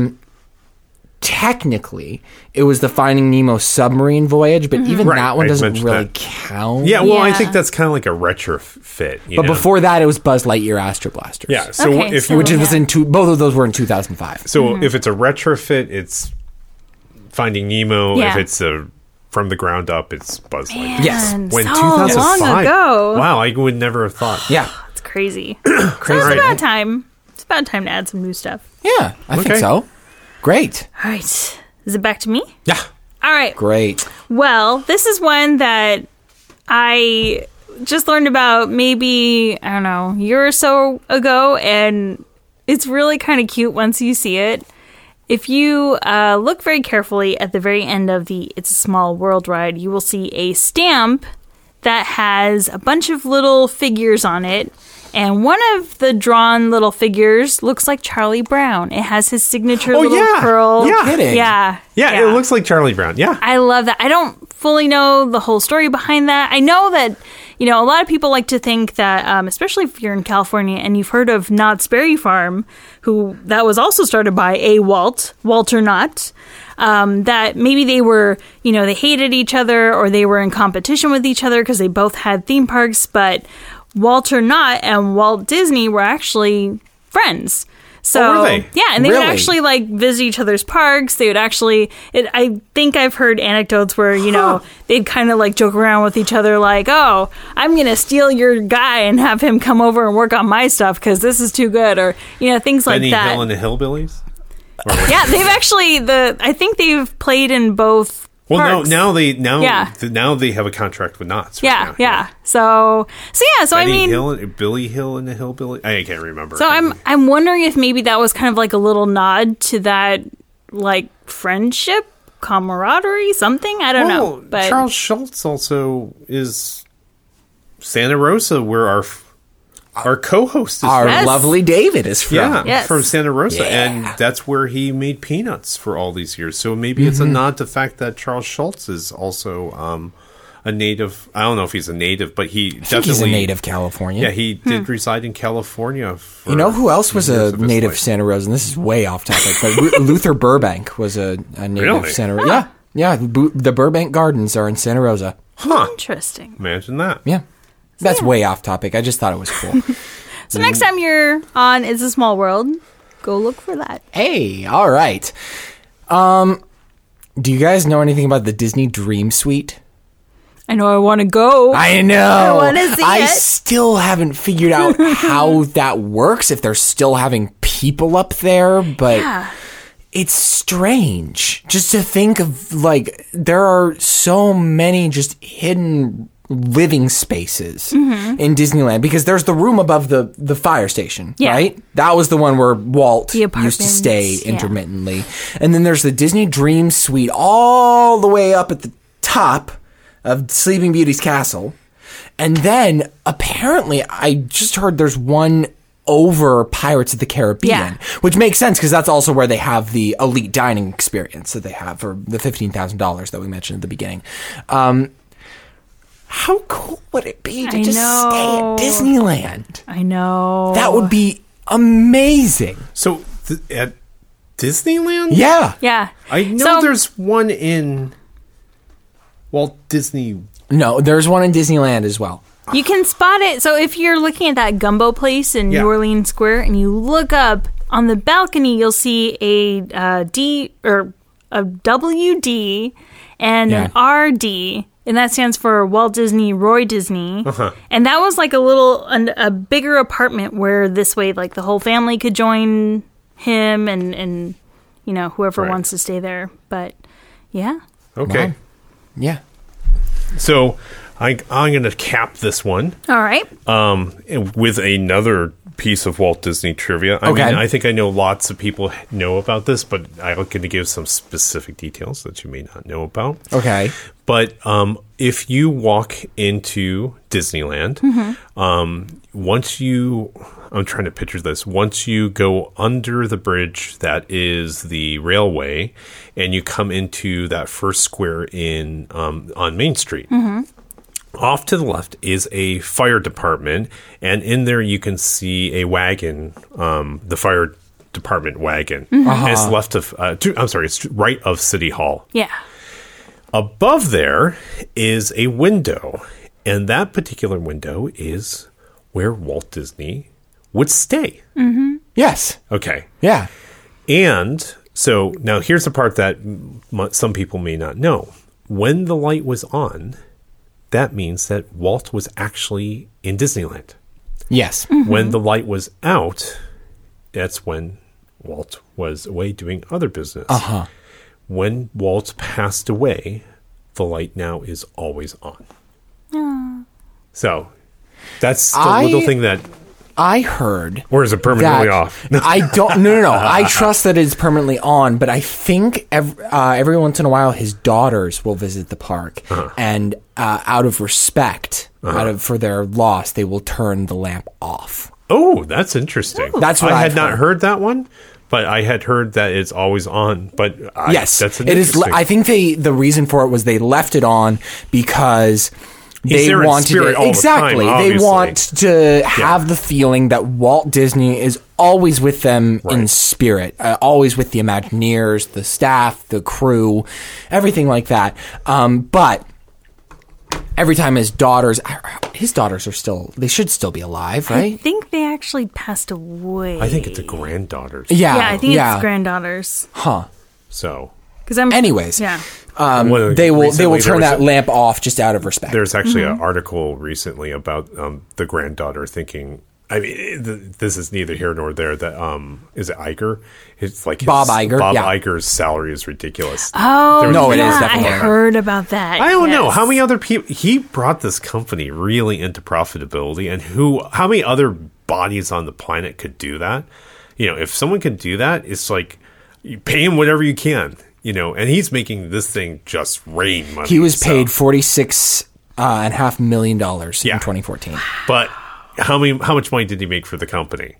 S4: technically, it was the Finding Nemo submarine voyage,
S2: Mm-hmm.
S4: but even
S3: Right,
S4: that one
S3: I
S4: doesn't
S3: mentioned
S4: really
S3: that.
S4: count.
S3: Yeah, well, I
S2: Yeah.
S3: think that's kind of like a retrofit. You
S4: but
S3: know?
S4: before that, it was Buzz Lightyear Astro Blasters.
S3: yeah. So
S2: Okay,
S3: if
S2: so- Mm-hmm.
S4: which was
S2: Yeah.
S4: in two. Both of those were in 2005.
S3: so if it's a retrofit, it's Finding Nemo.
S2: Yeah.
S3: If it's a from the ground up, it's Buzz Lightyear.
S4: Yes.
S2: Man, so long ago.
S3: Wow, I would never have thought.
S4: Yeah,
S2: It's crazy. So it's
S4: Right.
S2: about time. It's about time to add some new stuff.
S4: yeah, I think
S3: Okay.
S4: so. Great,
S2: All right. Is it back to me?
S3: Yeah.
S2: All right.
S4: great.
S2: Well, this is one that I just learned about maybe, I don't know, a year or so ago, and it's really kind of cute once you see it. If you uh, look very carefully at the very end of the It's a Small World ride, you will see a stamp that has a bunch of little figures on it. And one of the drawn little figures looks like Charlie Brown. It has his signature little
S3: Oh, yeah.
S2: curl.
S3: No
S4: kidding.
S2: Yeah.
S3: yeah. It looks like Charlie Brown. Yeah.
S2: I love that. I don't fully know the whole story behind that. I know that, you know, a lot of people like to think that, um, especially if you're in California and you've heard of Knott's Berry Farm, who that was also started by a Walt, Walter Knott, um, that maybe they were, you know, they hated each other or they were in competition with each other because they both had theme parks, but Walter Knott and Walt Disney were actually friends. So
S3: Oh, were they?
S2: yeah, and they would
S4: Really?
S2: actually like visit each other's parks. They would actually. It, I think I've heard anecdotes where you know they'd kind of like joke around with each other, like, "Oh, I'm gonna steal your guy and have him come over and work on my stuff because this is too good," or you know things like
S3: Benny
S2: that.
S3: Hill and the Hillbillies. Or what-
S2: Yeah, they've actually the I think they've played in both.
S3: well,
S2: parks.
S3: no, now they now
S2: Yeah.
S3: th- now they have a contract with Knott's. right
S2: Yeah,
S3: now.
S2: yeah, So, so yeah. So
S3: Benny
S2: I mean,
S3: Hill, and- Billy Hill, and the Hillbilly. I can't remember.
S2: so I'm I'm wondering if maybe that was kind of like a little nod to that like friendship, camaraderie, something. I don't know. But
S3: Oh, Charles Schultz also is Santa Rosa, where our f- our co-host is.
S4: Our
S3: from.
S2: Yes.
S4: lovely David is from.
S3: Yeah,
S2: Yes.
S3: from Santa Rosa,
S4: Yeah.
S3: and that's where he made peanuts for all these years. So maybe it's a
S4: Mm-hmm.
S3: nod to the fact that Charles Schultz is also um, a native. I don't know if he's a native, but he
S4: I think
S3: definitely
S4: he's a native Californian.
S3: Yeah, he did
S2: Hmm.
S3: reside in California. For
S4: You know who else was
S3: years
S4: a
S3: of his
S4: native
S3: life.
S4: Santa Rosa? And this is way off topic, but Ru- [LAUGHS] Luther Burbank was a, a native
S3: Really?
S4: Santa Rosa. Yeah, yeah. Bu- the Burbank Gardens are in Santa Rosa.
S2: interesting.
S3: Imagine that.
S4: Yeah, that's way off topic. I just thought it was cool.
S2: So next
S3: Mm.
S2: time you're on It's a Small World, go look for that.
S4: hey, all right. Um, do you guys know anything about the Disney Dream Suite?
S2: I know I want to go.
S4: I know.
S2: I wanna see
S4: I
S2: it.
S4: still haven't
S2: [LAUGHS]
S4: figured out how that works. If they're still having people up there, but it's strange just to think of like there are so many just hidden living spaces
S2: Mm-hmm.
S4: in Disneyland because there's the room above the the fire station,
S2: Yeah.
S4: right? That was the one where Walt
S2: The
S4: used to stay
S2: apartments, yeah.
S4: intermittently. And then there's the Disney Dream Suite all the way up at the top of Sleeping Beauty's castle. And then apparently, I just heard there's one over Pirates of the Caribbean,
S2: Yeah.
S4: which makes sense because that's also where they have the elite dining experience that they have for the $15,000 that we mentioned at the beginning. Um, how cool would it be to
S2: I
S4: just
S2: know. Oh.
S4: stay at Disneyland?
S2: I know.
S4: That would be amazing.
S3: So th- at Disneyland,
S4: Yeah.
S2: Yeah.
S3: I know
S2: So-
S3: there's one in Walt Disney.
S4: No, there's one in Disneyland as well.
S2: You can spot it. So if you're looking at that gumbo place in
S3: Yeah.
S2: New Orleans Square and you look up on the balcony, you'll see a uh, D or a WD and an RD. And that stands for Walt Disney, Roy Disney.
S3: Uh-huh.
S2: And that was like a little, an, a bigger apartment where this way, like the whole family could join him and, and you know, whoever
S3: Right.
S2: wants to stay there. But yeah.
S3: Okay,
S4: Yeah.
S3: so I, I'm going to cap this one. um,
S2: All right.
S3: Uh, with another piece of Walt Disney trivia. I
S4: Okay.
S3: mean, I think I know lots of people know about this, but I'm going to give some specific details that you may not know about.
S4: Okay.
S3: But um, if you walk into Disneyland, um, once you, I'm trying to picture this, once you go under the bridge that is the railway and you come into that first square in um, on Main Street. Off to the left is a fire department, and in there you can see a wagon, um, the fire department wagon. And it's left of, uh, to, I'm sorry, it's right of City Hall.
S2: Yeah.
S3: Above there is a window, and that particular window is where Walt Disney would stay.
S4: Yes.
S3: Okay.
S4: Yeah.
S3: And so now here's the part that m- some people may not know. When the light was on, that means that Walt was actually in Disneyland.
S4: Yes.
S3: When the light was out, that's when Walt was away doing other business. Uh
S4: Uh-huh.
S3: huh. When Walt passed away, the light now is always on. So that's the
S4: Ah. I-
S3: little thing that,
S4: I heard
S3: or is it permanently
S4: that-
S3: off?
S4: [LAUGHS] I don't. No, no, no. I trust that it's permanently on, but I think ev uh, every once in a while his daughters will visit the park, and uh, out of respect, out of for their loss, they will turn the lamp off.
S3: Oh, that's interesting.
S4: That's what
S3: I
S4: I've
S3: had not
S4: heard.
S3: heard that one, but I had heard that it's always on. But I,
S4: yes,
S3: that's an
S4: it is.
S3: interesting-
S4: I think they the reason for it was they left it on because. They
S3: there in
S4: wanted
S3: spirit
S4: it,
S3: all the time,
S4: exactly. they
S3: obviously.
S4: want to have the feeling that Walt Disney is always with them in spirit, uh, always with the Imagineers, the staff, the crew, everything like that. Um, but every time his daughters, uh, his daughters are still, they should still be alive,
S2: I
S4: right?
S2: think they actually passed away.
S3: I think it's a granddaughter.
S4: Yeah,
S2: Yeah, I think
S4: yeah.
S2: it's granddaughters.
S4: huh.
S3: So
S2: Because I'm
S4: Anyways,
S2: Yeah,
S3: One of the-
S4: Um, they will they
S3: recently
S4: will
S3: there
S4: turn
S3: was
S4: that
S3: a-
S4: lamp off just out of respect.
S2: Mm-hmm.
S3: There's actually an article recently about um, the granddaughter thinking I mean, th- this is neither here nor there. That um, is it Iger? It's like his-
S4: Bob Iger,
S3: Bob
S4: yeah.
S3: Iger's salary is ridiculous.
S2: Oh,
S3: There was-
S4: No, it is
S2: yeah,
S4: definitely
S2: I
S4: not.
S2: heard about that.
S3: I don't know
S2: yes.
S3: how many other people he brought this company really into profitability, and who, how many other bodies on the planet could do that? You know, if someone can do that, it's like you pay him whatever you can. You know, and he's making this thing just rain money.
S4: He was
S3: so-
S4: paid forty six uh, and a half million dollars
S3: Yeah.
S4: in 2014.
S3: but how many? How much money did he make for the company?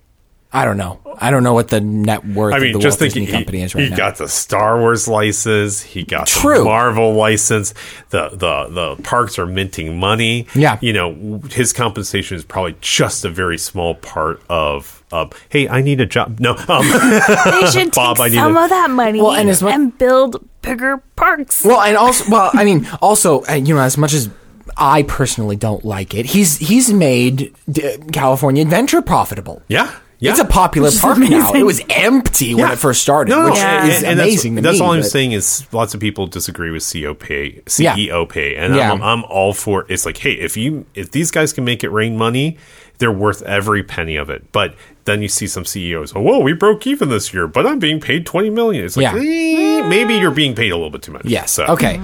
S4: I don't know. I don't know what the net worth
S3: I
S4: of
S3: mean,
S4: the
S3: just
S4: Walt
S3: thinking,
S4: Disney
S3: he,
S4: Company is right
S3: he
S4: now.
S3: got the Star Wars license, he got the
S4: True.
S3: Marvel license, the the the parks are minting money.
S4: Yeah.
S3: you know, his compensation is probably just a very small part of. Um, hey, I need a job. No, um, [LAUGHS]
S2: They should
S3: Bob, I
S2: take
S3: need
S2: some
S3: to-
S2: of that money
S4: Well, and as mu-
S2: build bigger parks.
S4: Well, and also, well, I mean, also, uh, you know, as much as I personally don't like it, he's he's made d- California Adventure profitable.
S3: yeah, yeah,
S4: It's a popular park now. It was empty when
S3: Yeah.
S4: it first started,
S3: No, no,
S4: which
S2: Yeah.
S4: is
S3: and
S4: amazing
S3: That's, that's
S4: to me.
S3: all I'm
S4: but-
S3: saying is lots of people disagree with CEO pay,
S4: Yeah.
S3: CEO pay, E and
S4: Yeah.
S3: I'm, I'm all for it's like, hey, if you if these guys can make it rain money, they're worth every penny of it. But then you see some CEOs, oh, whoa, we broke even this year, but I'm being paid twenty million. It's like
S4: Yeah.
S3: eh, maybe you're being paid a little bit too much.
S4: Yes.
S3: So-
S4: Okay.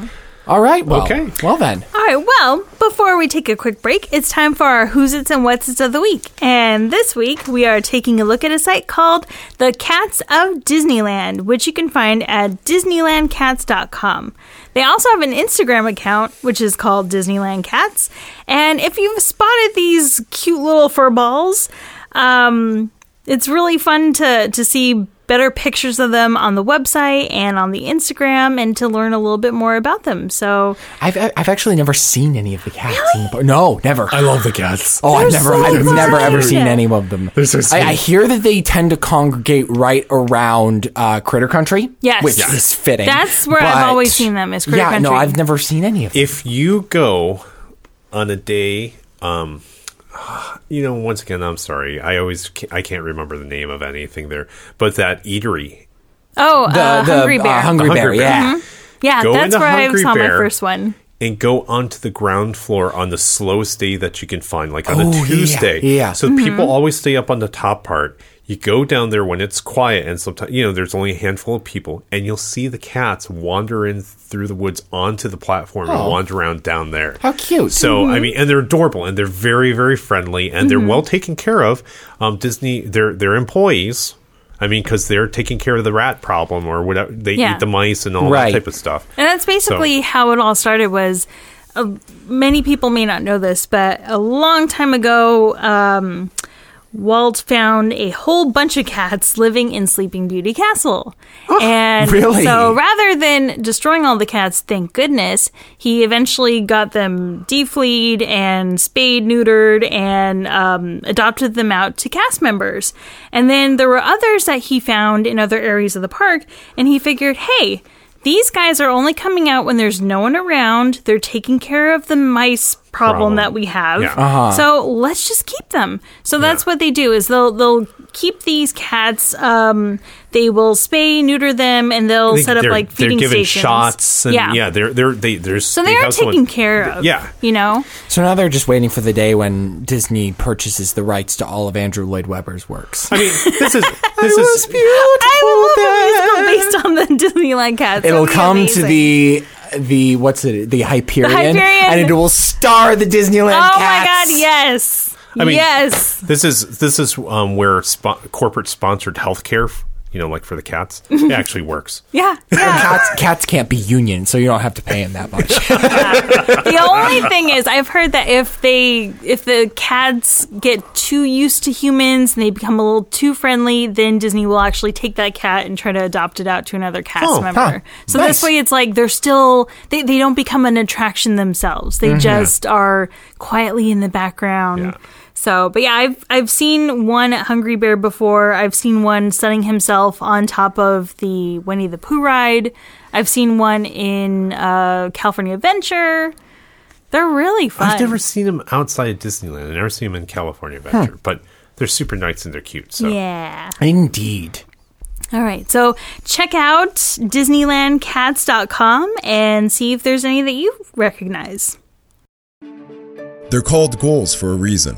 S4: All right. Well,
S3: Okay.
S4: Well then.
S2: All right, well, before we take a quick break, it's time for our Who's It's and What's It's of the Week. And this week, we are taking a look at a site called The Cats of Disneyland, which you can find at DisneylandCats.com. They also have an Instagram account, which is called Disneyland Cats. And if you've spotted these cute little fur balls, um, it's really fun to to see better pictures of them on the website and on the Instagram and to learn a little bit more about them. So
S4: I've I've actually never seen any of the cats. In the, park. no, never.
S3: I love the cats.
S4: Oh, I've
S2: They're
S4: never,
S2: so
S4: I've never ever
S2: fun.
S4: seen any of them.
S3: so sweet.
S4: I, I hear that they tend to congregate right around uh, Critter Country.
S2: Yes.
S4: which
S2: Yes.
S4: is fitting.
S2: That's where I've always seen them, is Critter
S4: yeah, no,
S2: Country.
S4: I've never seen any of them.
S3: if you go on a day um [SIGHS] you know once again i'm sorry i always ca- i can't remember the name of anything there but that eatery
S2: Oh, uh, Hungry Bear. Mm-hmm.
S4: uh, Hungry
S3: The
S4: Bear,
S3: Hungry Bear.
S4: yeah.
S2: yeah,
S3: Go
S2: that's
S3: into
S2: where I
S3: Hungry
S2: saw my
S3: Bear.
S2: first one.
S3: and go onto the ground floor on the slowest day that you can find, like on
S4: Oh,
S3: a
S4: yeah,
S3: Tuesday.
S4: yeah. Mm-hmm.
S3: So people always stay up on the top part. You go down there when it's quiet, and sometimes you know there's only a handful of people, and you'll see the cats wander in through the woods onto the platform and wander around down there.
S4: Oh. How cute.
S3: So I mean, and they're adorable, and they're very, very friendly, and
S4: Mm-hmm.
S3: they're well taken care of. Um, Disney, their their employees. I mean, because they're taking care of the rat problem or whatever. They
S2: Yeah.
S3: eat the mice and all
S4: Right.
S3: that type of stuff.
S2: And that's basically how it all started was uh, many people may not know this, but a long time ago, um, Walt found a whole bunch of cats living in Sleeping Beauty Castle. and
S4: really?
S2: so rather than destroying all the cats, thank goodness, he eventually got them defleed and spayed, neutered, and um, adopted them out to cast members. And then there were others that he found in other areas of the park, and he figured, hey, these guys are only coming out when there's no one around. They're taking care of the mice problem,
S3: Problem.
S2: that we have.
S3: Yeah. Uh-huh.
S2: So let's just keep them. So that's what they do is they'll they'll keep these cats. Um, they will spay, neuter them, and they'll
S3: think
S2: set up
S3: they're-
S2: like feeding
S3: they're given
S2: stations.
S3: shots and yeah. they're they're they there's
S2: So they are
S3: have someone-
S2: taken care of.
S3: yeah.
S2: You know.
S4: So now they're just waiting for the day when Disney purchases the rights to all of Andrew Lloyd Webber's works.
S3: I mean,
S2: [LAUGHS]
S3: this is this is
S2: I love a musical based on the [LAUGHS] Disneyland cats. That
S4: It'll
S2: would be
S4: come
S2: amazing.
S4: to the the what's it the Hyperion,
S2: Hyperion.
S4: and it will star the Disneyland
S2: Oh
S4: cats.
S2: my god! Yes.
S3: I mean,
S2: yes.
S3: this is this is um, where spo- corporate sponsored healthcare, you know, like for
S2: [LAUGHS]
S3: the cats, it actually works.
S2: Yeah. Yeah.
S4: Cats, cats can't be union, so you don't have to pay them that
S2: [LAUGHS]
S4: much.
S2: the only thing is i've heard that if they if the cats get too used to humans and they become a little too friendly then disney will actually take that cat and try to adopt it out to another cast
S3: Oh,
S2: member
S4: huh.
S2: so
S4: Nice.
S2: this way it's like they're still they, they don't become an attraction themselves they just are quietly in the background
S3: Yeah.
S2: So, but yeah, I've I've seen one at Hungry Bear before. I've seen one sunning himself on top of the Winnie the Pooh ride. I've seen one in uh, California Adventure. They're really fun.
S3: I've never seen them outside of Disneyland. I never seen them in California Adventure, but they're super nice and they're cute. So
S2: yeah.
S4: Indeed.
S2: All right. So check out DisneylandCats.com and see if there's any that you recognize.
S7: They're called goals for a reason.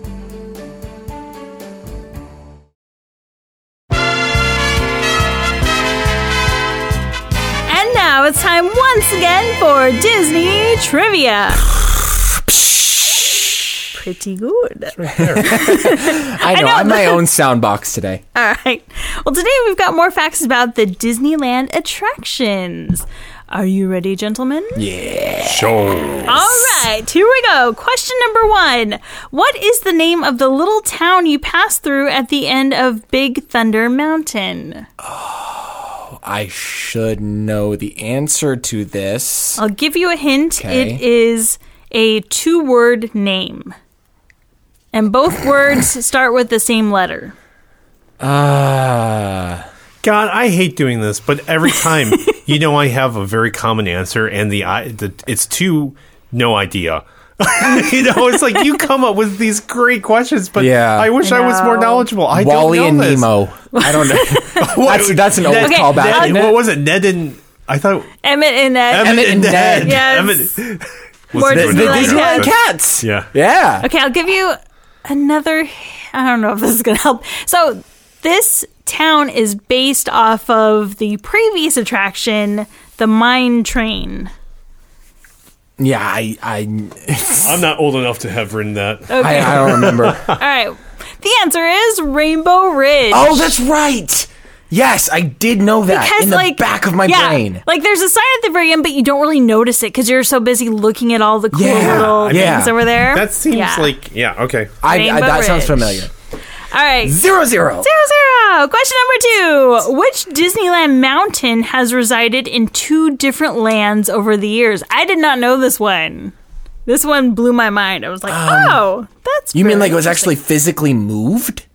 S2: And now it's time once again for Disney
S3: [SIGHS]
S2: trivia. Pretty good. [LAUGHS]
S4: I know.
S2: know.
S4: I'm my own sound box today.
S2: All right. Well, today we've got more facts about the Disneyland attractions. Are you ready, gentlemen?
S3: Show.
S2: All right, here we go. Question number one What is the name of the little town you pass through at the end of Big Thunder Mountain?
S4: I should know the answer to this.
S2: I'll give you a hint.
S4: Okay.
S2: It is a two word name. And both words start with the same letter.
S4: Uh,
S3: God, I hate doing this, but
S2: [LAUGHS]
S3: every time, you know, I have a very common answer, and the, I, the it's too no idea. [LAUGHS] you know, it's like you come up with these great questions, but
S4: Yeah.
S3: I wish I, was more knowledgeable. I
S4: Wally
S3: don't
S4: and
S3: know this.
S4: Nemo. I don't
S3: [LAUGHS]
S4: know. [LAUGHS] that's, that's an old
S3: Ned-
S2: Okay,
S4: callback.
S3: Ned-
S4: isn't it?
S3: what was it? Ned and I thought
S2: Emmett and Ed.
S3: Emmett,
S4: and
S3: and Ned.
S4: Ned.
S3: [LAUGHS]
S2: Yes.
S3: Emmett,
S2: More
S3: Listen to
S4: the
S3: it.
S2: Disneyland
S4: Disneyland
S2: Cats.
S4: cats.
S3: Yeah.
S4: Yeah.
S2: Okay, I'll give you another. I don't know if this is going to help. So, this town is based off of the previous attraction, the Mine Train.
S4: Yeah, I I,
S3: I'm not old enough to have written that.
S2: Oh,
S4: I I don't
S3: [LAUGHS]
S4: remember.
S2: All right. The answer is Rainbow Ridge.
S4: Ah. oh, that's right. Yes, I did know that in the back of my
S2: yeah,
S4: brain.
S2: Like there's a sign at the very end, but you don't really notice it because you're so busy looking at all the cool
S4: Yeah,
S2: little
S4: I mean,
S2: things over there.
S3: That seems
S2: Yeah.
S3: like yeah. Okay.
S4: I, I
S2: Rainbow
S4: that sounds
S2: Ridge.
S4: familiar.
S2: all right. Zero
S4: Zero zero.
S2: zero. Question number two: Which Disneyland mountain has resided in two different lands over the years? I did not know this one. This one blew my mind. I was like, oh, that's
S4: Um, You mean
S2: really
S4: like it was
S2: interesting.
S4: actually physically moved,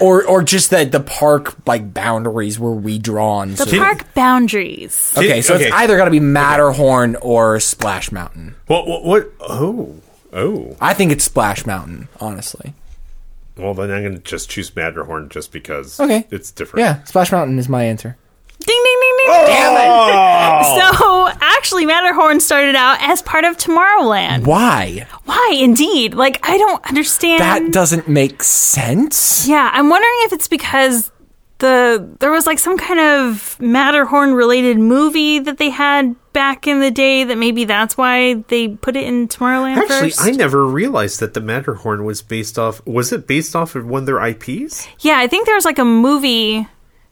S4: or or just that the park like boundaries were redrawn? so-
S2: the park boundaries?
S4: okay, so
S3: Okay.
S4: it's either gotta be Matterhorn or Splash Mountain.
S3: What? What? what oh. Oh.
S4: I think it's Splash Mountain, honestly.
S3: Well, then I'm going to just choose Matterhorn just because.
S4: Okay.
S3: It's different.
S4: Yeah, Splash Mountain is my answer.
S2: Ding ding ding ding.
S4: Oh!
S2: So actually, Matterhorn started out as part of Tomorrowland.
S4: Why?
S2: Why, indeed? Like I don't understand.
S4: That doesn't make sense.
S2: yeah, I'm wondering if it's because the there was like some kind of Matterhorn related movie that they had back in the day that maybe that's why they put it in Tomorrowland
S3: Actually,
S2: first.
S3: I never realized that the Matterhorn was based off. Was it based off of one of their IPs?
S2: yeah, I think there was like a movie,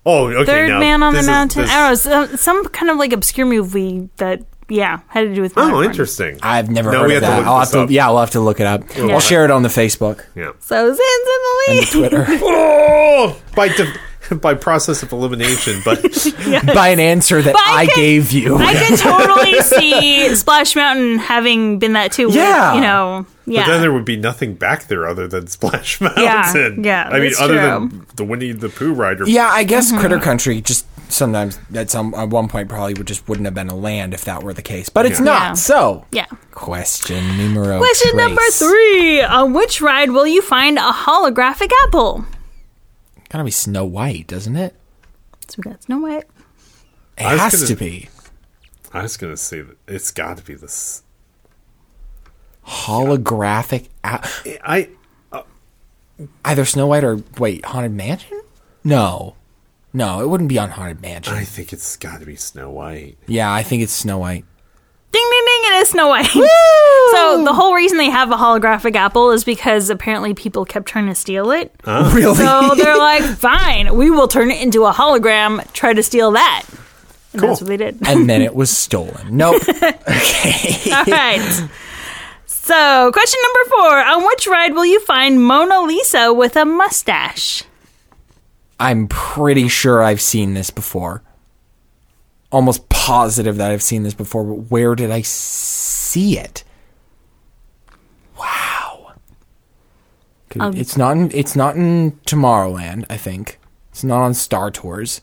S3: Oh, okay.
S2: Third
S3: now
S2: Man on the
S3: this is-
S2: Mountain.
S3: this-
S2: I don't know, some, some kind of like obscure movie that yeah had to do with.
S3: oh,
S2: Matterhorn.
S3: interesting.
S4: I've never
S3: Now
S4: heard
S3: we
S4: of
S3: have to
S4: that.
S3: look
S4: I'll
S3: this
S4: have to,
S3: up.
S4: yeah, we'll have to look it up. I'll share it on the Facebook
S3: Yeah.
S2: So Zin's in the lead.
S4: and the Twitter
S3: Oh, by de- [LAUGHS] by process of elimination, [LAUGHS]
S2: [LAUGHS]
S3: but
S4: by an answer that
S2: I
S4: I,
S2: could-
S4: gave you.
S2: [LAUGHS] I
S3: [LAUGHS]
S2: could totally see Splash Mountain having been that too.
S4: Yeah.
S2: you know, yeah.
S3: but then there would be nothing back there other than Splash
S2: Yeah,
S3: Mountain.
S2: yeah,
S3: I mean,
S2: that's
S3: other
S2: true.
S3: than the Winnie the Pooh rider.
S4: yeah, I guess Critter Country just sometimes at some at one point probably would just wouldn't have been a land if that were the case, but it's not.
S2: Yeah.
S4: So
S2: Yeah.
S4: question numero
S2: Question
S4: tres.
S2: number three: On which ride will you find a holographic apple?
S4: Gotta be Snow White, doesn't it?
S2: So we got Snow White.
S4: It
S3: I was
S4: has
S3: gonna-
S4: to be
S3: I was gonna say that it's got to be this.
S4: holographic. a-
S3: I
S4: either Snow White or wait, Haunted Mansion? No, no, it wouldn't be on Haunted
S3: [LAUGHS]
S4: Mansion.
S3: I think it's got to be Snow White.
S4: yeah, I think it's Snow White.
S2: Ding ding ding! It is Snow White. [LAUGHS] So the whole reason they have a holographic apple is because apparently people kept trying to steal it.
S4: Really?
S2: So they're like, "Fine, we will turn it into a hologram. Try to steal that." And that's what they
S4: [LAUGHS]
S2: did.
S4: and then it was stolen. Nope.
S2: All right. So, question number four. On which ride will you find Mona Lisa with a mustache?
S4: I'm pretty sure I've seen this before. Almost positive that I've seen this before, but where did I see it? Wow. Could- it's not in, it's not in Tomorrowland, I think. It's not on Star Tours.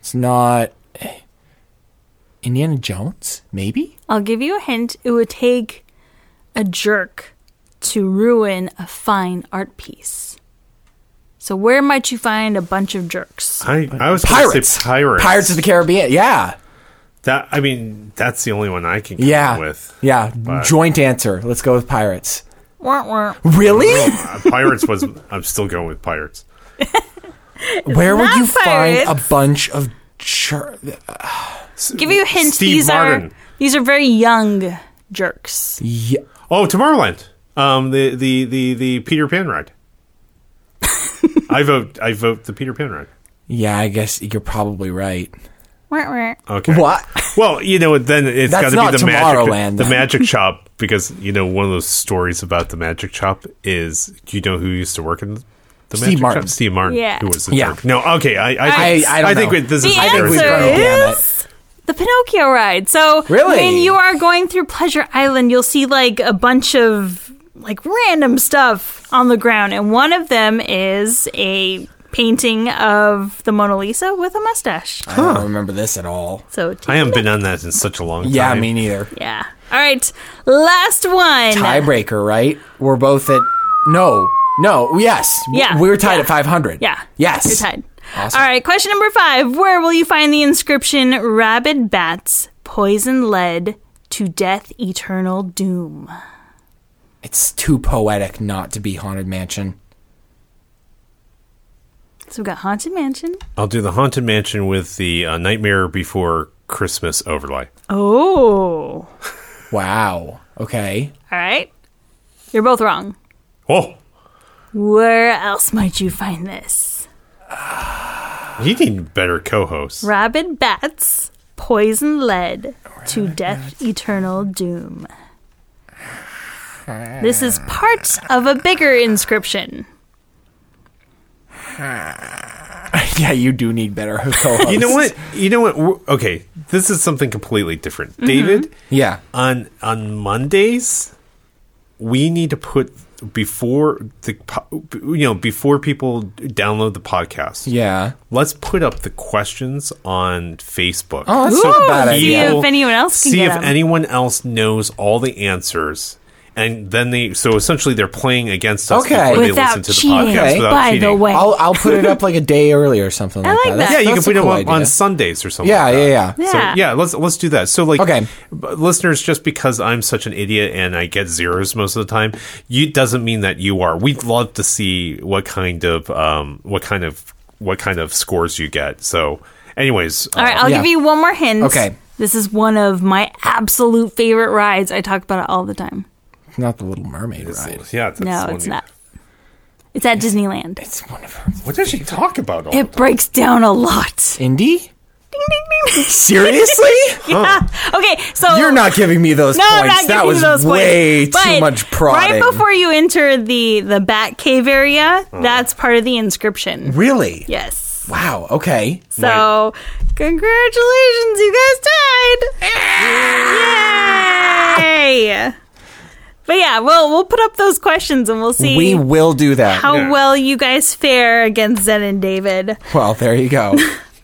S4: It's not Indiana Jones? Maybe?
S2: I'll give you a hint. It would take a jerk to ruin a fine art piece. So where might you find a bunch of jerks?
S3: I, I was gonna
S4: Pirates.
S3: Say pirates.
S4: Pirates of the Caribbean. Yeah.
S3: That I mean, that's the only one I can. Come
S4: Yeah.
S3: up with
S4: Yeah.
S3: But-
S4: Joint answer. Let's go with pirates.
S2: Wah, wah.
S4: Really?
S3: Uh, pirates was. I'm still going with pirates.
S4: Where would
S2: not
S4: you find
S2: pirates.
S4: a bunch of jer-
S2: Give you a hint.
S3: Steve
S2: these
S3: Martin.
S2: are these are very young jerks.
S4: yeah.
S3: Oh, Tomorrowland. Um, the the the the Peter Pan
S4: [LAUGHS]
S3: ride. I vote. I vote the Peter Pan ride.
S4: yeah, I guess you're probably right.
S2: Wah, wah.
S3: Okay.
S4: What?
S3: Well, you know, then it's
S4: That's
S3: got to
S4: not
S3: be the
S4: Tomorrowland,
S3: magic, the
S4: then. [LAUGHS]
S3: magic shop, because you know one of those stories about the magic shop is. Do you know who used to work in the magic
S4: Martin.
S3: shop? Steve Martin.
S2: Yeah.
S3: Who was the
S4: Yeah.
S3: jerk. No. Okay. I I, think,
S4: I- I don't
S3: think
S4: know.
S3: this is
S2: The
S3: a fair
S4: we've
S2: answer
S4: gone,
S3: start.
S4: damn it.
S2: is the Pinocchio ride. So
S4: Really?
S2: when you are going through Pleasure Island, you'll see like a bunch of like random stuff on the ground, and one of them is a painting of the Mona Lisa with a mustache.
S4: I don't remember this at all.
S2: So
S3: I haven't been on that in such a long time.
S4: Yeah, me neither.
S2: yeah. All right, last one.
S4: Tiebreaker, right? We're both at no, no. Yes, W-
S2: Yeah,
S4: we were tied
S2: yeah.
S4: at five hundred.
S2: Yeah.
S4: Yes.
S2: You're tied. All right, question number five. Where will you find the inscription rabid bats poison lead to death eternal doom?
S4: It's too poetic not to be haunted mansion.
S2: So we've got Haunted Mansion.
S3: I'll do the Haunted Mansion with the uh, Nightmare Before Christmas overlay.
S2: Oh.
S4: Wow. Okay.
S2: All right. You're both wrong.
S3: Oh,
S2: Where else might you find this?
S3: you need better co-hosts.
S2: Rabid bats, poison lead to death eternal [SIGHS] doom. This is part of a bigger inscription.
S4: [LAUGHS] yeah, you do need [LAUGHS] better co-hosts.
S3: You
S2: [LAUGHS]
S3: know what? You know what? We're- Okay, this is something completely different. David,
S4: Yeah.
S3: on on Mondays, we need to put before the po- you know before people download the podcast.
S4: Yeah.
S3: let's put up the questions on Facebook.
S4: Oh, that's not a bad
S2: see
S4: idea.
S2: if anyone else can
S3: see
S2: get
S3: if
S2: 'em.
S3: anyone else knows all the answers. And then they, so essentially, they're playing against us
S4: Okay.
S3: before
S2: Without
S3: they listen to
S2: cheating,
S3: the podcast.
S4: Okay.
S3: Without
S2: by
S3: cheating.
S2: the way.
S4: I'll I'll put it up like a day early or something like,
S2: like that.
S4: That's-
S3: yeah, you can
S4: that's
S3: put
S4: a cool
S3: it on, on
S4: idea.
S3: Sundays or something.
S4: Yeah,
S3: like that.
S4: yeah, yeah.
S2: Yeah.
S3: So yeah, let's let's do that. So like,
S4: Okay.
S3: b- listeners, just because I'm such an idiot and I get zeros most of the time, you doesn't mean that you are. We'd love to see what kind of um what kind of what kind of scores you get. So, anyways, uh,
S2: All right, I'll
S4: Yeah.
S2: give you one more hint.
S4: Okay.
S2: This is one of my absolute favorite rides. I talk about it all the time.
S4: Not the Little Mermaid ride.
S3: yeah, that's
S2: No,
S3: one
S2: it's
S3: you-
S2: not. It's at Disneyland.
S4: It's one of her.
S3: What does she talk about? All
S2: It breaks down a
S4: [LAUGHS]
S2: lot.
S4: Indy.
S2: Ding ding [LAUGHS] ding. [LAUGHS]
S4: Seriously?
S2: yeah. Okay, so
S4: You're not giving me those
S2: No, I'm
S4: points.
S2: not
S4: that
S2: giving
S4: was
S2: you those
S4: way
S2: points.
S4: too
S2: But
S4: much prodding.
S2: Right before you enter the the Bat Cave area,
S4: Mm.
S2: that's part of the
S4: Mm-hmm.
S2: inscription.
S4: really?
S2: Yes.
S4: Wow. Okay.
S2: So, congratulations, you guys tied. Yay! But yeah, well, we'll put up those questions and we'll see.
S4: We will do that.
S2: how well you guys fare against Zen and David.
S4: well, there
S2: [LAUGHS]
S4: you go.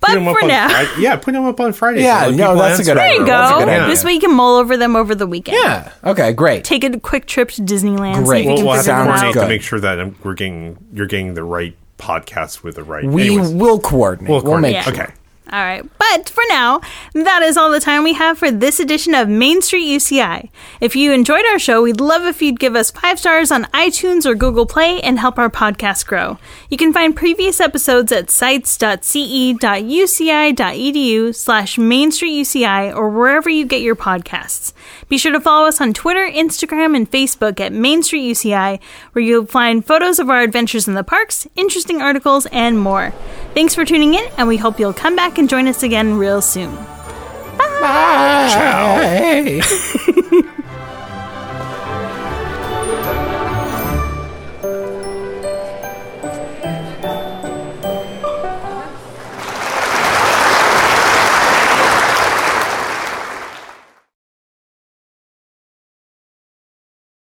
S2: But
S3: Put 'em up
S2: for
S3: on
S2: now, there
S3: Fri- yeah, put them up on Friday.
S4: Yeah, no, that's a good idea.
S2: you
S4: That's a
S2: go.
S4: good idea.
S2: This way you can mull over them over the weekend.
S4: yeah. Okay. Great.
S2: Take a quick trip to Disneyland.
S4: Great.
S2: So you
S3: We'll,
S2: can
S3: we'll have
S2: figure them
S4: Sounds
S3: to coordinate
S2: out.
S4: good.
S3: to make sure that I'm, we're getting you're getting the right podcast with the right.
S4: we
S3: anyways,
S4: will coordinate. We'll,
S3: coordinate.
S4: make sure.
S3: okay.
S2: All right. But for now, that is all the time we have for this edition of Main Street UCI. If you enjoyed our show, we'd love if you'd give us five stars on iTunes or Google Play and help our podcast grow. You can find previous episodes at E sites.ce.uci.edu slash Main Street UCI or wherever you get your podcasts. Be sure to follow us on Twitter, Instagram, and Facebook at Main Street UCI, where you'll find photos of our adventures in the parks, interesting articles, and more. Thanks for tuning in, and we hope you'll come back and join us again real soon.
S4: Hey.